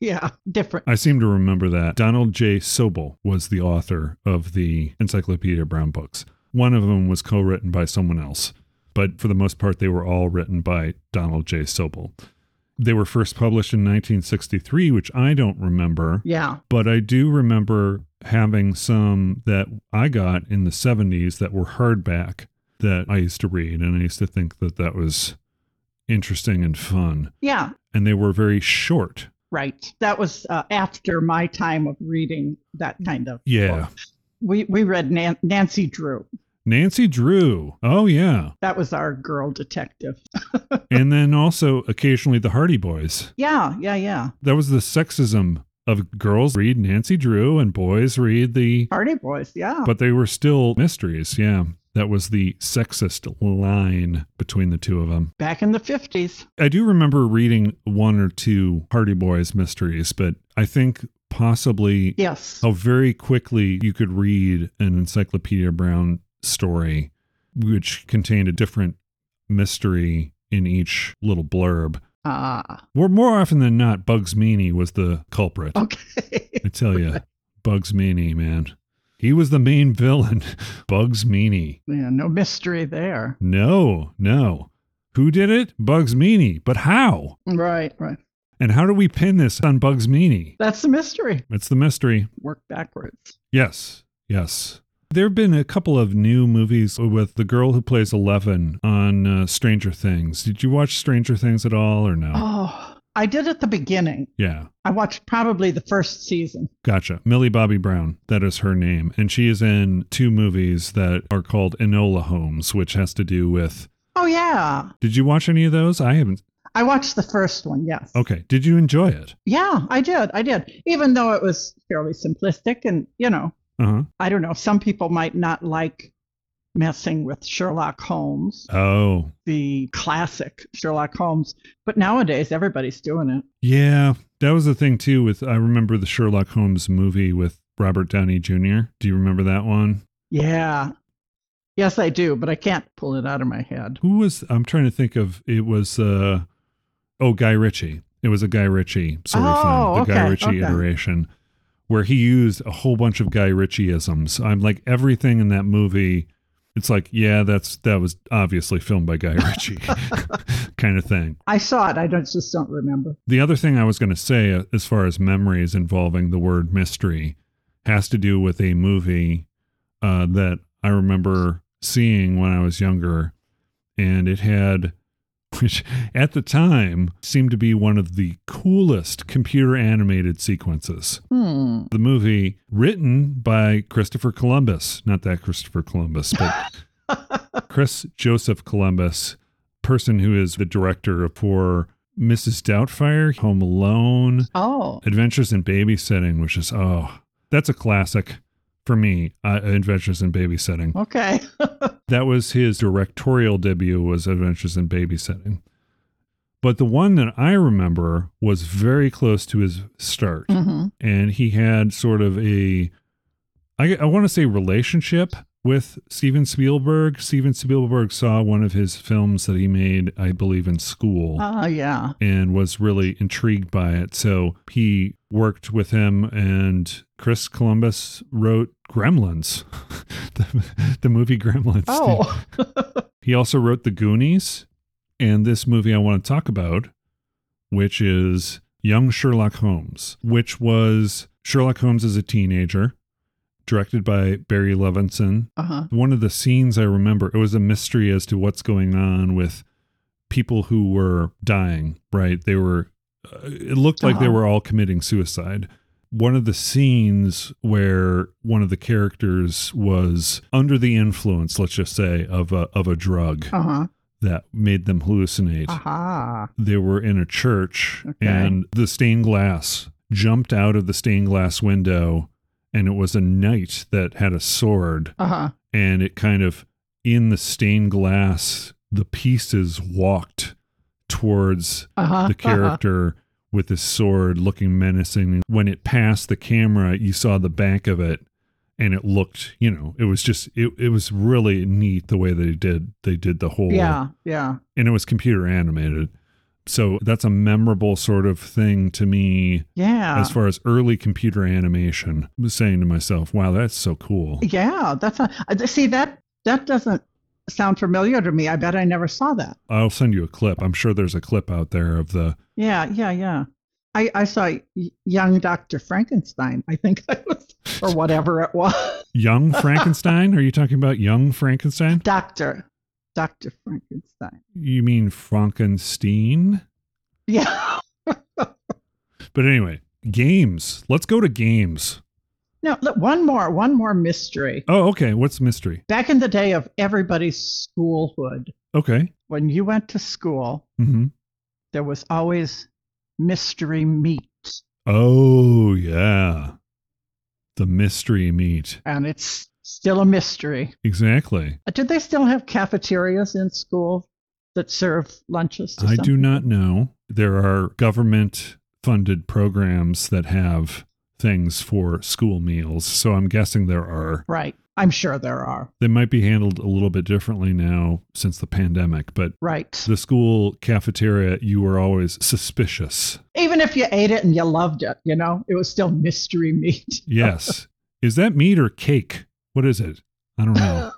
S2: Yeah. Different.
S1: I seem to remember that Donald J. Sobel was the author of the Encyclopedia Brown books. One of them was co-written by someone else, but for the most part, they were all written by Donald J. Sobel. They were first published in 1963, which I don't remember,
S2: Yeah.
S1: but I do remember having some that I got in the 70s that were hardback that I used to read, and I used to think that that was interesting and fun.
S2: Yeah.
S1: And they were very short.
S2: Right. That was uh, after my time of reading that kind of.
S1: Yeah.
S2: book. We we read Nan- Nancy Drew.
S1: Nancy Drew. Oh yeah.
S2: That was our girl detective.
S1: and then also occasionally the Hardy Boys.
S2: Yeah, yeah, yeah.
S1: That was the sexism of girls read Nancy Drew and boys read the
S2: Party Boys. Yeah.
S1: but they were still mysteries, yeah. That was the sexist line between the two of them.
S2: Back in the 50s.
S1: I do remember reading one or two Hardy Boys mysteries, but I think possibly
S2: Yes.
S1: how very quickly you could read an Encyclopedia Brown story, which contained a different mystery in each little blurb.
S2: Ah,
S1: More, more often than not, Bugs Meany was the culprit.
S2: Oh, okay.
S1: I tell you, Bugs Meany, man. He was the main villain. Bugs Meany.
S2: yeah, no mystery there.
S1: No, no. Who did it? Bugs Meany. But how?
S2: Right, right.
S1: And how do we pin this on Bugs Meany?
S2: That's the mystery.
S1: It's the mystery.
S2: Work backwards.
S1: Yes, yes. There have been a couple of new movies with the girl who plays Eleven on uh, Stranger Things. Did you watch Stranger Things at all or no?
S2: Oh, I did at the beginning.
S1: Yeah,
S2: I watched probably the first season.
S1: gotcha. Millie Bobby Brown, that is her name. And she is in two movies that are called Enola Holmes, which has to do with.
S2: Oh, yeah.
S1: Did you watch any of those? I haven't.
S2: I watched the first one, yes.
S1: Okay. Did you enjoy it?
S2: Yeah, I did. I did. Even though it was fairly simplistic and, you know,
S1: Uh huh.
S2: I don't know, some people might not like messing with Sherlock Holmes,
S1: Oh,
S2: the classic Sherlock Holmes, but nowadays everybody's doing it.
S1: yeah. That was the thing too. With I remember the Sherlock Holmes movie with Robert Downey Jr. Do you remember that one?
S2: Yeah. Yes, I do, but I can't pull it out of my head.
S1: Who was I'm trying to think of it was uh oh Guy Ritchie. It was a Guy Ritchie sort
S2: Oh,
S1: of thing. The Guy
S2: okay,
S1: Ritchie
S2: okay.
S1: iteration where he used a whole bunch of Guy Ritchieisms. I'm like everything in that movie it's like, yeah, that's that was obviously filmed by Guy Ritchie kind of thing.
S2: I saw it. I don't, just don't remember.
S1: The other thing I was going to say, uh, as far as memories involving the word mystery, has to do with a movie uh, that I remember seeing when I was younger. And it had, which at the time seemed to be one of the coolest computer animated sequences.
S2: Hmm.
S1: The movie, written by Christopher Columbus, not that Christopher Columbus, but Chris Joseph Columbus, person who is the director of for Mrs. Doubtfire, Home Alone,
S2: oh,
S1: Adventures in Babysitting, which is oh, that's a classic for me. Uh, Adventures in Babysitting.
S2: okay.
S1: That was his directorial debut was Adventures in Babysitting. But the one that I remember was very close to his start.
S2: hmm
S1: And he had sort of a, I, I want to say relationship with Steven Spielberg. Steven Spielberg saw one of his films that he made, I believe, in school
S2: Oh, yeah.
S1: and was really intrigued by it. So he worked with him, and Chris Columbus wrote Gremlins, the, the movie Gremlins.
S2: Oh,
S1: He also wrote The Goonies and this movie I want to talk about, which is Young Sherlock Holmes, which was Sherlock Holmes as a teenager, directed by Barry Levinson
S2: uh-huh.
S1: one of the scenes I remember, it was a mystery as to what's going on with people who were dying, right? They were, uh, it looked like they
S2: Uh-huh.
S1: were all committing suicide. One of the scenes where one of the characters was under the influence, let's just say, of a, of a drug
S2: uh-huh.
S1: that made them hallucinate
S2: Aha.
S1: they were in a church
S2: Ah. Okay.
S1: and the stained glass jumped out of the stained glass window and it was a knight that had a sword
S2: Uh-huh.
S1: and it kind of in the stained glass the pieces walked towards
S2: Uh-huh.
S1: the character with his sword looking menacing when it passed the camera you saw the back of it and it looked you know it was just it, it was really neat the way they did they did the whole
S2: Yeah, yeah.
S1: and it was computer animated. So that's a memorable sort of thing to me
S2: Yeah.
S1: as far as early computer animation. I was saying to myself, wow, that's so cool.
S2: Yeah, that's not, uh, see that that doesn't sound familiar to me. I bet I never saw that.
S1: I'll send you a clip. I'm sure there's a clip out there of the
S2: Yeah, yeah, yeah. I I saw y- young Doctor Frankenstein. I think that was or whatever it was.
S1: young Frankenstein. Are you talking about young Frankenstein?
S2: Doctor, Doctor Frankenstein.
S1: You mean Frankenstein?
S2: Yeah.
S1: But anyway, games. Let's go to games.
S2: No, look, one more, one more mystery.
S1: Oh, okay. What's the mystery?
S2: Back in the day of everybody's schoolhood,
S1: Okay.
S2: when you went to school,
S1: hmm
S2: there was always mystery meat,
S1: Oh, yeah. The mystery meat.
S2: and it's still a mystery.
S1: Exactly.
S2: Uh, Did they still have cafeterias in school that serve lunches? To
S1: I
S2: some
S1: do
S2: people?
S1: not know. There are government funded programs that have things for school meals. So I'm guessing there are.
S2: Right. I'm sure there are.
S1: They might be handled a little bit differently now since the pandemic, but
S2: Right.
S1: the school cafeteria, you were always suspicious.
S2: Even if you ate it and you loved it, you know, it was still mystery meat.
S1: Yes. is that meat or cake? What is it? I don't know.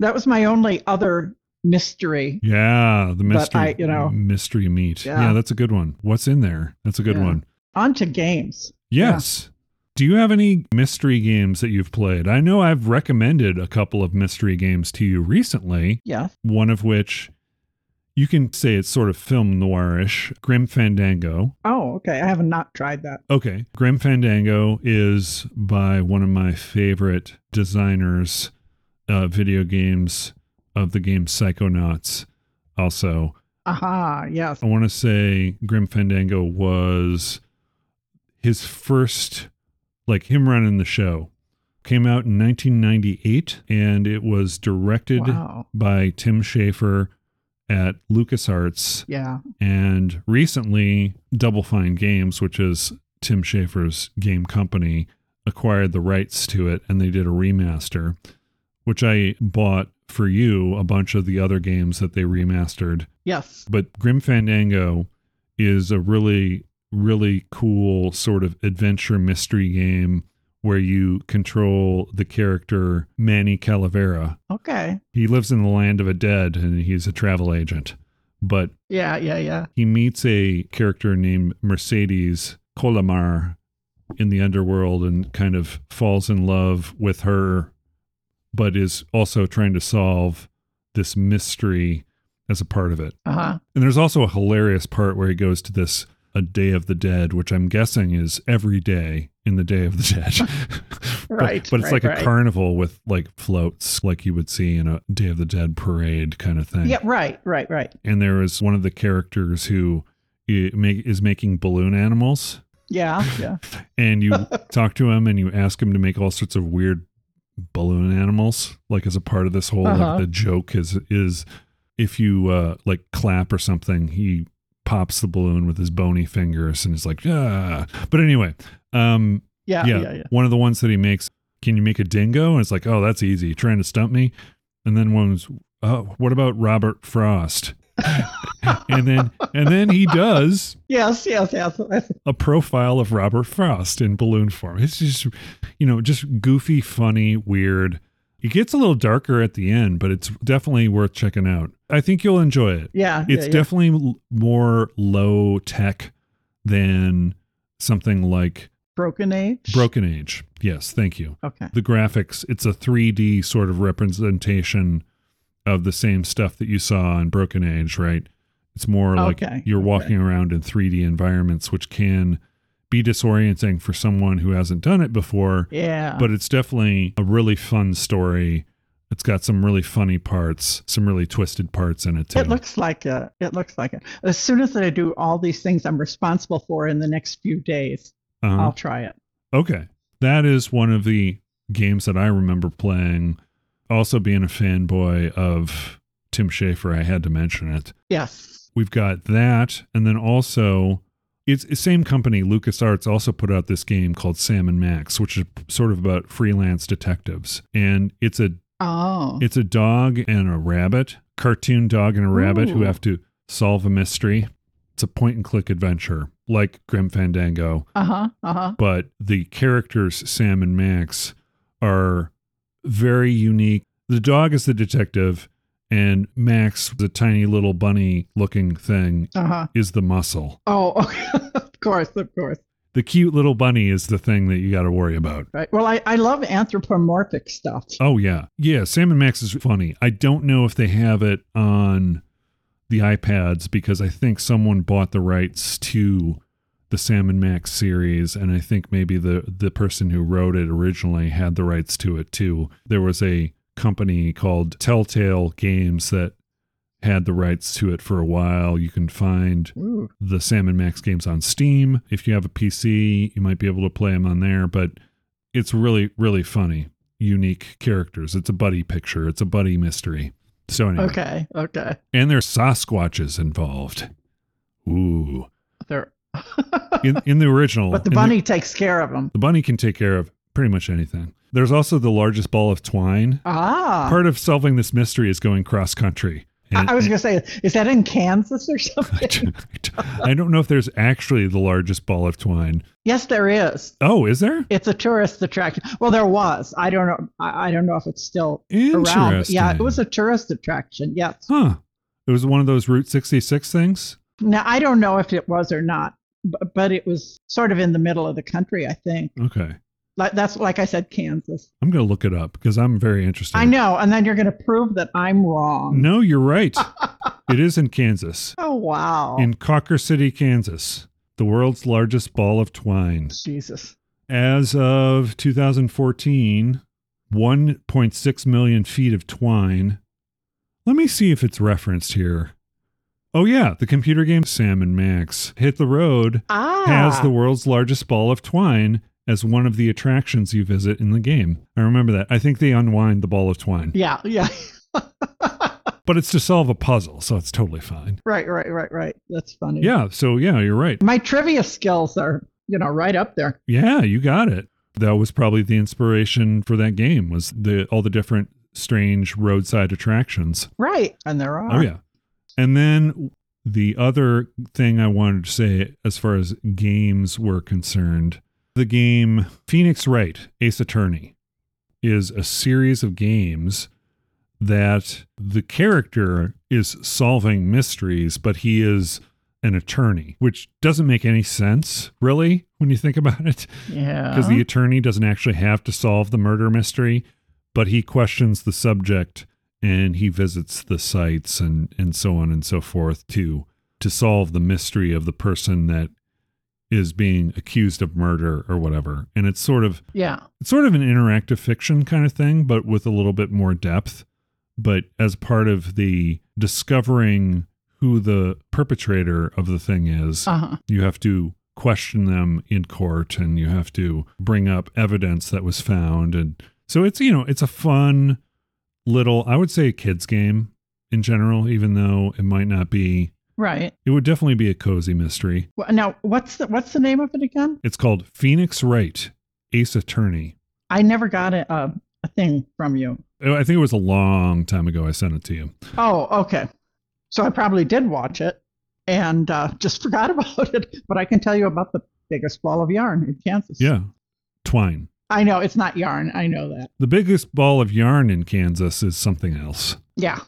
S2: That was my only other mystery.
S1: Yeah, the mystery,
S2: I- you know.
S1: mystery meat. Yeah.
S2: Yeah.
S1: that's a good one. What's in there? That's a good
S2: Yeah.
S1: one.
S2: On to games.
S1: Yes. Do you have any mystery games that you've played? I know I've recommended a couple of mystery games to you recently,
S2: Yes.
S1: one of which you can say it's sort of film noirish, Grim Fandango.
S2: Oh, okay. I have not tried that.
S1: Okay. Grim Fandango is by one of my favorite designers uh, video games of the game Psychonauts also.
S2: Aha. Yes.
S1: I want to say Grim Fandango was his first, like him running the show. Came out in 1998, and it was directed
S2: Wow.
S1: by Tim Schafer at LucasArts.
S2: Yeah.
S1: And recently, Double Fine Games, which is Tim Schafer's game company, acquired the rights to it and they did a remaster, which I bought for you a bunch of the other games that they remastered.
S2: Yes.
S1: But Grim Fandango is a really, really cool sort of adventure mystery game where you control the character Manny Calavera.
S2: Okay.
S1: He lives in the land of the dead and he's a travel agent. But
S2: Yeah. Yeah. Yeah.
S1: he meets a character named Mercedes Colomar in the underworld and kind of falls in love with her, but is also trying to solve this mystery as a part of it.
S2: Uh huh.
S1: And there's also a hilarious part where he goes to this a Day of the Dead, which I'm guessing is every day in the Day of the Dead. But-
S2: Right,
S1: But, it's
S2: right,
S1: like
S2: right.
S1: a carnival with like floats, like you would see in a Day of the Dead parade kind of thing.
S2: Yeah. Right. Right. Right.
S1: And there is one of the characters who i- ma- is making balloon animals.
S2: Yeah. Yeah.
S1: And you talk to him and you ask him to make all sorts of weird balloon animals like as a part of this whole
S2: Uh-huh.
S1: like the joke is is if you uh like clap or something he pops the balloon with his bony fingers and is like yeah but anyway um
S2: Yeah,
S1: yeah,
S2: yeah, yeah.
S1: one of the ones that he makes can you make a dingo and it's like oh that's easy You're trying to stump me and then one's oh what about robert frost and then and then he does
S2: Yes, yes, yes. yes.
S1: a profile of Robert Frost in balloon form. It's just, you know, just goofy, funny, weird. It gets a little darker at the end, but it's definitely worth checking out. I think you'll enjoy it.
S2: Yeah,
S1: It's
S2: yeah, yeah.
S1: definitely l- more low tech than something like
S2: Broken Age.
S1: Broken Age. Yes, thank you.
S2: Okay.
S1: The graphics, it's a 3D sort of representation of the same stuff that you saw in Broken Age, right? It's more like
S2: okay.
S1: you're walking around in 3D environments, which can be disorienting for someone who hasn't done it before.
S2: Yeah.
S1: But it's definitely a really fun story. It's got some really funny parts, some really twisted parts in it too.
S2: It looks like a. It looks like it. As soon as I do all these things I'm responsible for in the next few days,
S1: Uh-huh.
S2: I'll try it.
S1: Okay, that is one of the games that I remember playing. Also, being a fanboy of Tim Schafer, I had to mention it.
S2: Yes.
S1: We've got that, and then also it's the same company, LucasArts, also put out this game called Sam and Max, which is sort of about freelance detectives. And it's a
S2: Oh.
S1: it's a dog and a rabbit, cartoon dog and a rabbit who
S2: Ooh.
S1: have to solve a mystery. It's a point and click adventure, like Grim Fandango,
S2: Uh huh. Uh huh.
S1: but the characters Sam and Max are very unique. The dog is the detective, and Max, the tiny little bunny looking thing,
S2: Uh huh.
S1: is the muscle.
S2: Oh, okay. of course, of course.
S1: The cute little bunny is the thing that you got to worry about.
S2: Right. Well, I, I love anthropomorphic stuff.
S1: Oh yeah, yeah. Sam and Max is funny. I don't know if they have it on the iPads because I think someone bought the rights to the Sam and Max series, and I think maybe the the person who wrote it originally had the rights to it too. There was a company called Telltale Games that had the rights to it for a while. You can find
S2: Ooh.
S1: the Sam and Max games on Steam. If you have a PC, you might be able to play them on there, but it's really, really funny. Unique characters. It's a buddy picture, it's a buddy mystery. So, anyway.
S2: Okay. Okay.
S1: And there's Sasquatches involved. Ooh.
S2: There.
S1: In, in the original.
S2: but the
S1: in
S2: bunny takes care of them.
S1: the bunny can take care of pretty much anything. There's also the largest ball of twine.
S2: Ah.
S1: Part of solving this mystery is going cross country.
S2: I, I was gonna say, is that in Kansas or something?
S1: I don't know if there's actually the largest ball of twine.
S2: yes, there is.
S1: Oh, is there?
S2: It's a tourist attraction. Well, there was. I don't know. I, I don't know if it's still around. but
S1: Interesting.
S2: Yeah, it was a tourist attraction. Yes.
S1: Huh. It was one of those Route 66 things?
S2: Now I don't know if it was or not, but, but it was sort of in the middle of the country. I think.
S1: Okay.
S2: Like that's like I said, Kansas.
S1: I'm going to look it up because I'm very interested.
S2: I know, and then you're going to prove that I'm wrong.
S1: No, you're right. it is in Kansas,
S2: Oh wow,
S1: in Cocker City, Kansas, the world's largest ball of twine.
S2: Jesus!
S1: As of 2014, 1.6 million feet of twine. Let me see if it's referenced here. Oh, yeah. The computer game Sam and Max hit the road
S2: Ah,
S1: has the world's largest ball of twine as one of the attractions you visit in the game. I remember that. I think they unwind the ball of twine,
S2: yeah, yeah,
S1: but it's to solve a puzzle, so it's totally fine.
S2: right, right, right, right. That's funny.
S1: Yeah, so yeah, you're right.
S2: my trivia skills are you know right up there.
S1: Yeah, you got it. That was probably the inspiration for that game was the all the different strange roadside attractions.
S2: Right, and there are.
S1: Oh yeah. And then the other thing I wanted to say as far as games were concerned, the game Phoenix Wright Ace Attorney is a series of games that the character is solving mysteries, but he is an attorney, which doesn't make any sense, really, when you think about it
S2: yeah.
S1: because the attorney doesn't actually have to solve the murder mystery, but he questions the subject and he visits the sites and and so on and so forth to to solve the mystery of the person that is being accused of murder or whatever. And it's sort of
S2: yeah,
S1: it's sort of an interactive fiction kind of thing, but with a little bit more depth. But as part of the discovering who the perpetrator of the thing is,
S2: uh huh,
S1: you have to question them in court and you have to bring up evidence that was found and So it's, you know, it's a fun little, I would say, a kids game in general, even though it might not be,
S2: Right.
S1: it would definitely be a cozy mystery.
S2: Wh- Now, what's the what's the name of it again?
S1: It's called Phoenix Wright Ace Attorney. Oh,
S2: I never got a a, a thing from you.
S1: I think it was a long time ago I sent it to you.
S2: Oh, okay. So I probably did watch it and uh, just forgot about it. But I can tell you about the biggest ball of yarn in Kansas.
S1: Yeah. Twine.
S2: I know it's not yarn. I know that.
S1: The biggest ball of yarn in Kansas is something else.
S2: Yeah.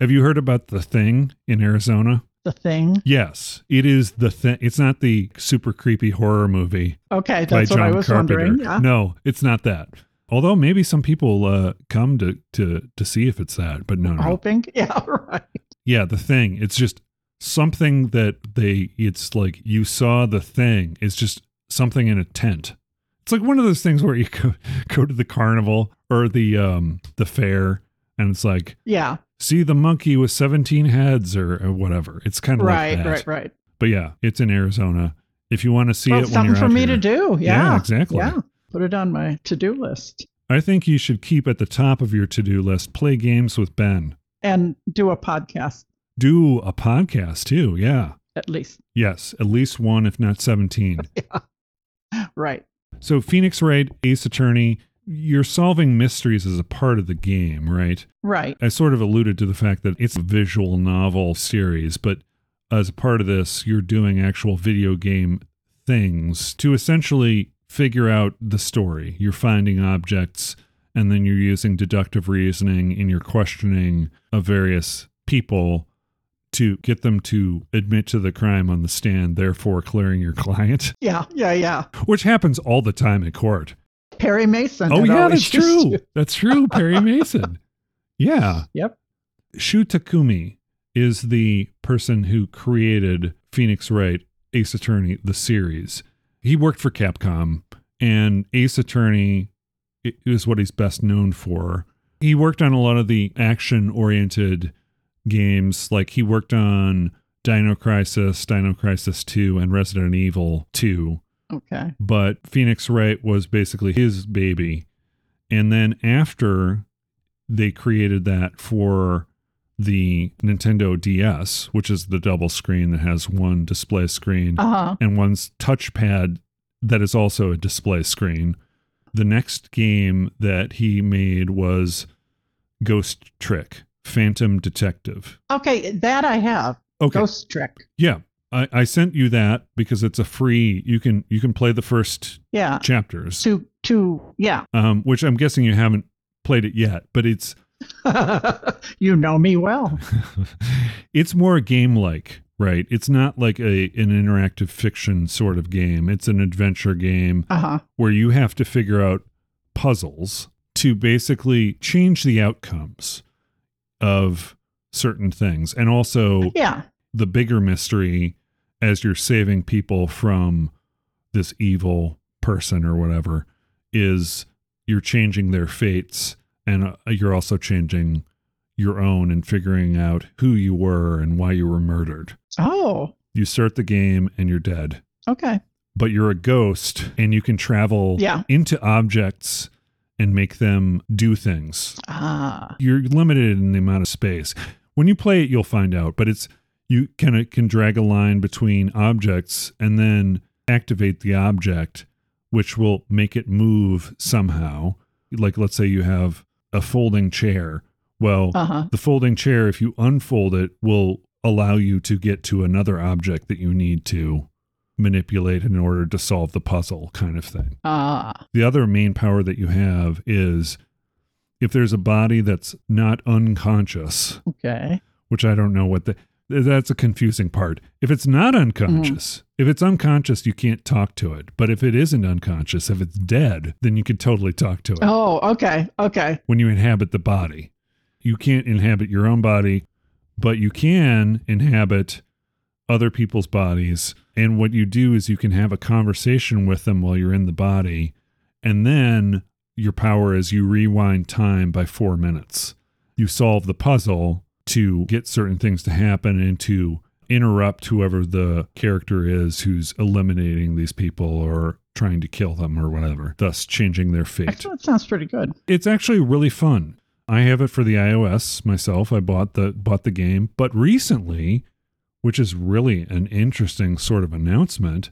S1: Have you heard about the thing in Arizona?
S2: the thing.
S1: Yes, it is the thing. It's not the super creepy horror movie
S2: Okay,
S1: by
S2: that's what I
S1: John
S2: was
S1: Carpenter.
S2: wondering. Yeah.
S1: No, it's not that. Although maybe some people uh, come to, to to see if it's that, but no, no.
S2: Hoping. Yeah. Right.
S1: Yeah, the thing. It's just something that they. It's like you saw the thing. It's just something in a tent. It's like one of those things where you go, go to the carnival or the um the fair, and it's like
S2: Yeah.
S1: see the monkey with seventeen heads or, or whatever. It's kind of
S2: Right.
S1: like that.
S2: right. Right.
S1: But yeah, it's in Arizona. If you want to see
S2: Well,
S1: it, when
S2: something
S1: you're
S2: for
S1: out
S2: me
S1: here.
S2: to do.
S1: Yeah,
S2: Yeah.
S1: exactly.
S2: Yeah. Put it on my to-do list
S1: I think you should keep at the top of your to-do list. Play games with Ben.
S2: and do a podcast
S1: Do a podcast too. Yeah.
S2: at least.
S1: Yes, at least one, if not seventeen.
S2: Right.
S1: So Phoenix Wright, Ace Attorney, you're solving mysteries as a part of the game, right?
S2: Right.
S1: I sort of alluded to the fact that it's a visual novel series, but as a part of this, you're doing actual video game things to essentially figure out the story. You're finding objects and then you're using deductive reasoning and you're questioning of various people to get them to admit to the crime on the stand, therefore clearing your client,
S2: Yeah. Yeah. Yeah.
S1: which happens all the time in court.
S2: Perry Mason.
S1: Oh
S2: had
S1: yeah,
S2: always
S1: that's
S2: used
S1: true.
S2: to-
S1: That's true. Perry Mason. Yeah.
S2: Yep.
S1: Shu Takumi is the person who created Phoenix Wright Ace Attorney the series. He worked for Capcom, and Ace Attorney i- is what he's best known for. He worked on a lot of the action-oriented games, like he worked on Dino Crisis, Dino Crisis 2, and Resident Evil 2
S2: Okay.
S1: but Phoenix Wright was basically his baby. And then after they created that for the Nintendo DS, which is the double screen that has one display screen
S2: Uh huh.
S1: and one's touchpad that is also a display screen. The next game that he made was Ghost Trick, Phantom Detective.
S2: Okay. That I have.
S1: Okay.
S2: Ghost trick.
S1: Yeah. I, I sent you that because it's a free you can you can play the first
S2: Yeah.
S1: chapters.
S2: To to yeah.
S1: um, which I'm guessing you haven't played it yet, but it's
S2: you know me well.
S1: it's more game like, right? It's not like a an interactive fiction sort of game. It's an adventure game
S2: Uh huh.
S1: where you have to figure out puzzles to basically change the outcomes of certain things, and also
S2: Yeah.
S1: the bigger mystery as you're saving people from this evil person or whatever is you're changing their fates and uh, you're also changing your own and figuring out who you were and why you were murdered.
S2: Oh.
S1: You start the game and you're dead,
S2: Okay.
S1: but you're a ghost and you can travel
S2: Yeah.
S1: into objects and make them do things
S2: Ah.
S1: you're limited in the amount of space. When you play it, you'll find out, but it's you can can drag a line between objects and then activate the object, which will make it move somehow. Like let's say you have a folding chair. Well,
S2: Uh huh.
S1: the folding chair, if you unfold it, will allow you to get to another object that you need to manipulate in order to solve the puzzle, kind of thing
S2: Ah.
S1: the other main power that you have is if there's a body that's not unconscious,
S2: Okay.
S1: which I don't know what the that's a confusing part. If it's not unconscious, if it's unconscious, you can't talk to it. But if it isn't unconscious, if it's dead, then you can totally talk to it
S2: Oh. Okay. Okay.
S1: when you inhabit the body. You can't inhabit your own body, but you can inhabit other people's bodies. And what you do is you can have a conversation with them while you're in the body. And then your power is you rewind time by four minutes. You solve the puzzle to get certain things to happen and to interrupt whoever the character is who's eliminating these people or trying to kill them or whatever, thus changing their fate.
S2: Actually, that sounds pretty good.
S1: It's actually really fun. I have it for the iOS myself. I bought the bought the game, but recently, which is really an interesting sort of announcement,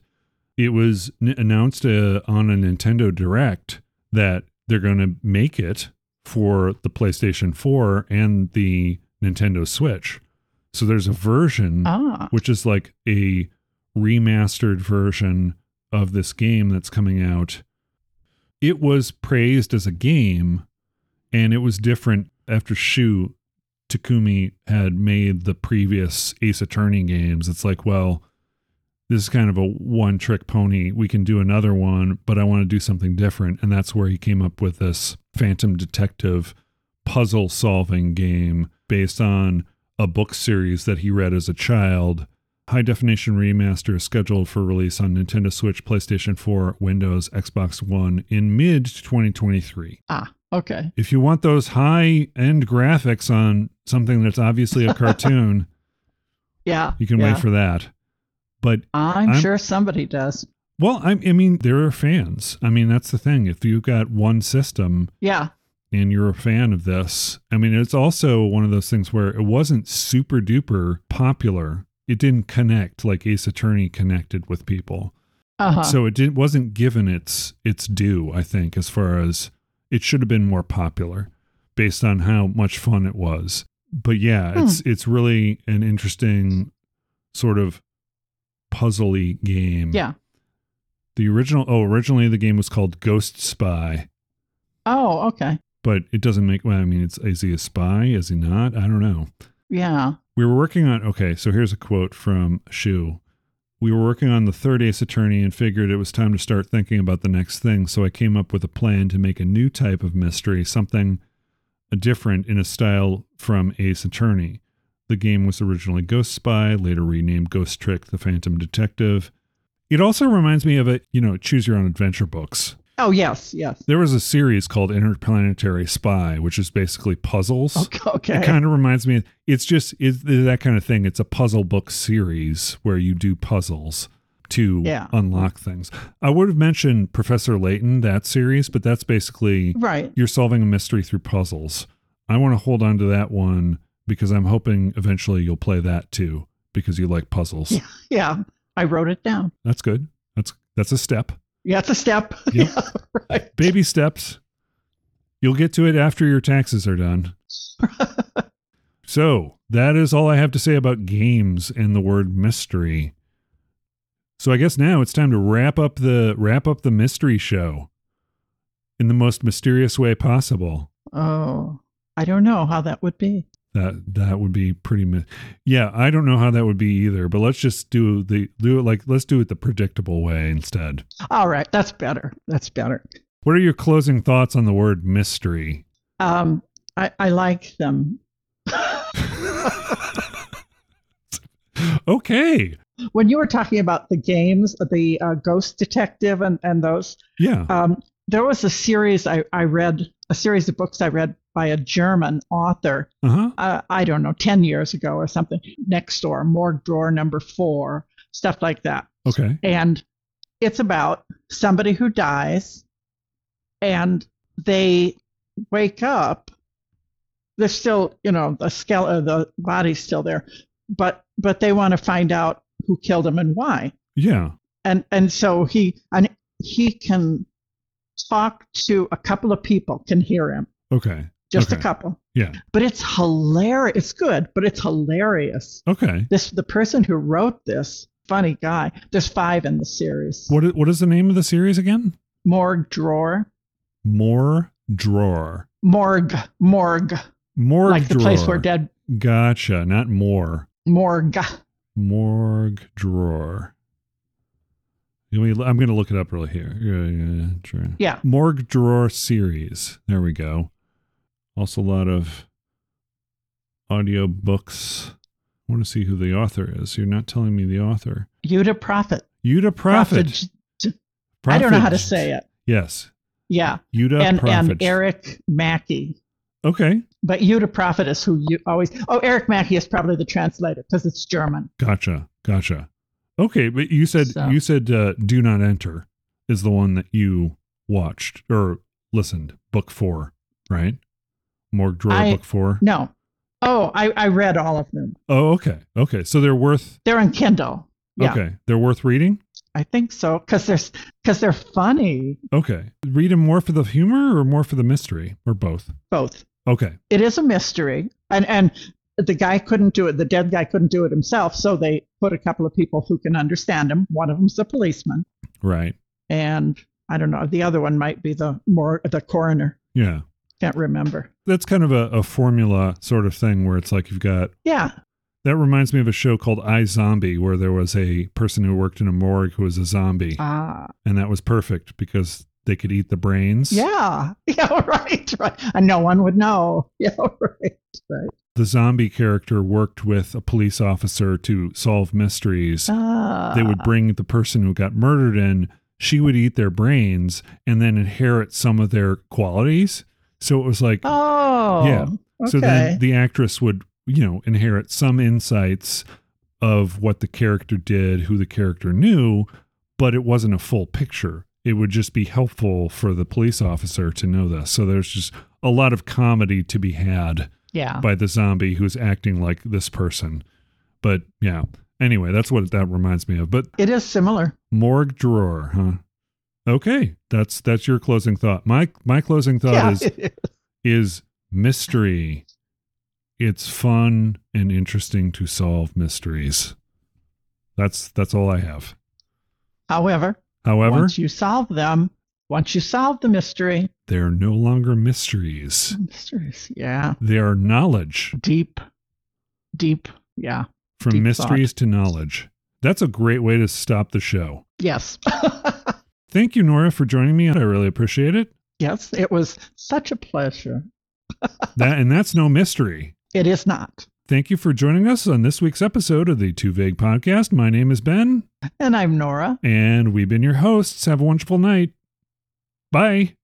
S1: it was n- announced uh, on a Nintendo Direct that they're going to make it for the PlayStation 4 and the Nintendo Switch. So there's a version
S2: Ah,
S1: which is like a remastered version of this game that's coming out. It was praised as a game, and it was different after Shu Takumi had made the previous Ace Attorney games. It's like, well, this is kind of a one trick pony. We can do another one, but I want to do something different. And that's where he came up with this Phantom Detective puzzle solving game based on a book series that he read as a child. High definition remaster is scheduled for release on Nintendo Switch, PlayStation 4, Windows, Xbox One in mid 2023.
S2: ah, okay.
S1: If you want those high end graphics on something that's obviously a cartoon,
S2: Yeah.
S1: you can
S2: yeah.
S1: wait for that. But
S2: I'm,
S1: I'm-
S2: sure somebody does.
S1: well, I, I mean, there are fans. I mean, that's the thing. If you've got one system
S2: Yeah.
S1: and you're a fan of this, I mean, it's also one of those things where it wasn't super duper popular. It didn't connect like Ace Attorney connected with people.
S2: Uh-huh.
S1: So it didn't, wasn't given its its due, I think, as far as it should have been more popular based on how much fun it was. But yeah, it's it's really an interesting sort of puzzly game.
S2: yeah.
S1: The original oh, originally the game was called Ghost Spy,
S2: Oh, okay.
S1: but it doesn't make well, I mean it's is he a spy? Is he not? I don't know.
S2: Yeah.
S1: We were working on okay, so here's a quote from Shu. We were working on the third Ace Attorney and figured it was time to start thinking about the next thing, so I came up with a plan to make a new type of mystery, something different in a style from Ace Attorney. The game was originally Ghost Spy, later renamed Ghost Trick the Phantom Detective. It also reminds me of a, you know, choose your own adventure books.
S2: Oh, yes, yes.
S1: There was a series called Interplanetary Spy, which is basically puzzles.
S2: Okay.
S1: It
S2: okay.
S1: kind of reminds me. It's just it's that kind of thing. It's a puzzle book series where you do puzzles to
S2: Yeah.
S1: unlock things. I would have mentioned Professor Layton that series, but that's basically
S2: right.
S1: you're solving a mystery through puzzles. I want to hold on to that one because I'm hoping eventually you'll play that too because you like puzzles.
S2: Yeah. Yeah. I wrote it down.
S1: That's good. That's that's a step.
S2: Yeah, it's a step.
S1: Yep.
S2: yeah, right.
S1: Baby steps. You'll get to it after your taxes are done. So that is all I have to say about games and the word mystery. So I guess now it's time to wrap up the wrap up the mystery show in the most mysterious way possible.
S2: oh, I don't know how that would be.
S1: That that would be pretty. Mi- yeah, I don't know how that would be either. But let's just do the do it like let's do it the predictable way instead.
S2: All right, that's better. That's better.
S1: What are your closing thoughts on the word mystery?
S2: Um, I, I like them.
S1: Okay.
S2: When you were talking about the games, the uh, Ghost Detective and, and those,
S1: Yeah.
S2: um, there was a series I, I read, a series of books I read by a German author,
S1: Uh huh.
S2: uh, I don't know, 10 years ago or something, Next Door, Morgue Drawer Number Four, stuff like that.
S1: Okay.
S2: and it's about somebody who dies and they wake up they're still you know the skeleton the body's still there but but they want to find out who killed him and why
S1: Yeah.
S2: and and so he and he can talk to a couple of people can hear him
S1: Okay.
S2: just
S1: Okay.
S2: a couple
S1: Yeah.
S2: but it's hilarious it's good but it's hilarious
S1: Okay.
S2: this the person who wrote this funny guy there's five in the series
S1: What i- what is the name of the series again?
S2: morgue drawer.
S1: More drawer.
S2: Morgue, morgue,
S1: Morgue
S2: like the
S1: drawer.
S2: place where dead.
S1: Gotcha. Not more.
S2: Morgue.
S1: Morgue drawer. Let me- I'm going to look it up really here. Yeah, yeah, drawer.
S2: Yeah.
S1: Morgue drawer series. There we go. Also, a lot of audio books. I want to see who the author is. You're not telling me the author.
S2: Yuta Prophet.
S1: Yuda Prophet.
S2: I don't know how to say it.
S1: Yes.
S2: Yeah.
S1: Yuda
S2: and
S1: Prophet.
S2: and Eric Mackey.
S1: Okay.
S2: But Yuda Prophet is who you always. Oh, Eric Mackey is probably the translator because it's German.
S1: Gotcha. Gotcha. Okay, but you said
S2: So-
S1: you said uh, "Do Not Enter" is the one that you watched or listened. Book four, right? Morgue Drawer,
S2: I-
S1: book four.
S2: No. Oh, I, I read all of them.
S1: Oh, okay, okay. So they're worth.
S2: They're on Kindle. Yeah.
S1: Okay, they're worth reading.
S2: I think so because they're because they're funny.
S1: Okay, read them more for the humor or more for the mystery or both.
S2: Both.
S1: Okay,
S2: It is a mystery, and and the guy couldn't do it. The dead guy couldn't do it himself, so they put a couple of people who can understand him. One of them's a policeman,
S1: right.
S2: and I don't know. The other one might be the more the coroner.
S1: Yeah,
S2: Can't remember.
S1: that's kind of a, a formula sort of thing where it's like you've got
S2: Yeah,
S1: That reminds me of a show called I Zombie, where there was a person who worked in a morgue who was a zombie,
S2: Ah,
S1: and that was perfect because they could eat the brains.
S2: yeah, yeah, right, right. And no one would know. Yeah, right, right.
S1: The zombie character worked with a police officer to solve mysteries.
S2: Ah,
S1: they would bring the person who got murdered in, she would eat their brains and then inherit some of their qualities. So it was like,
S2: Oh,
S1: Yeah.
S2: Okay.
S1: so then the actress would, you know, inherit some insights of what the character did, who the character knew, but it wasn't a full picture. It would just be helpful for the police officer to know this. So there's just a lot of comedy to be had
S2: yeah.
S1: by the zombie who's acting like this person. But yeah. Anyway, that's what that reminds me of. But
S2: It is similar.
S1: morgue drawer, huh? Okay, that's that's your closing thought. My my closing thought
S2: yeah,
S1: is is mystery. It's fun and interesting to solve mysteries. That's that's all I have.
S2: However,
S1: However,
S2: once you solve them, once you solve the mystery,
S1: they're no longer mysteries.
S2: mysteries, yeah,
S1: They are knowledge.
S2: deep, deep, yeah,
S1: From
S2: Deep
S1: mysteries to knowledge. That's a great way to stop the show.
S2: yes,
S1: Thank you, Nora, for joining me. I really appreciate it.
S2: yes. It was such a pleasure.
S1: That and that's no mystery.
S2: It is not,
S1: Thank you for joining us on this week's episode of the Too Vague Podcast. My name is Ben,
S2: and I'm Nora.
S1: and we've been your hosts. Have a wonderful night. Bye.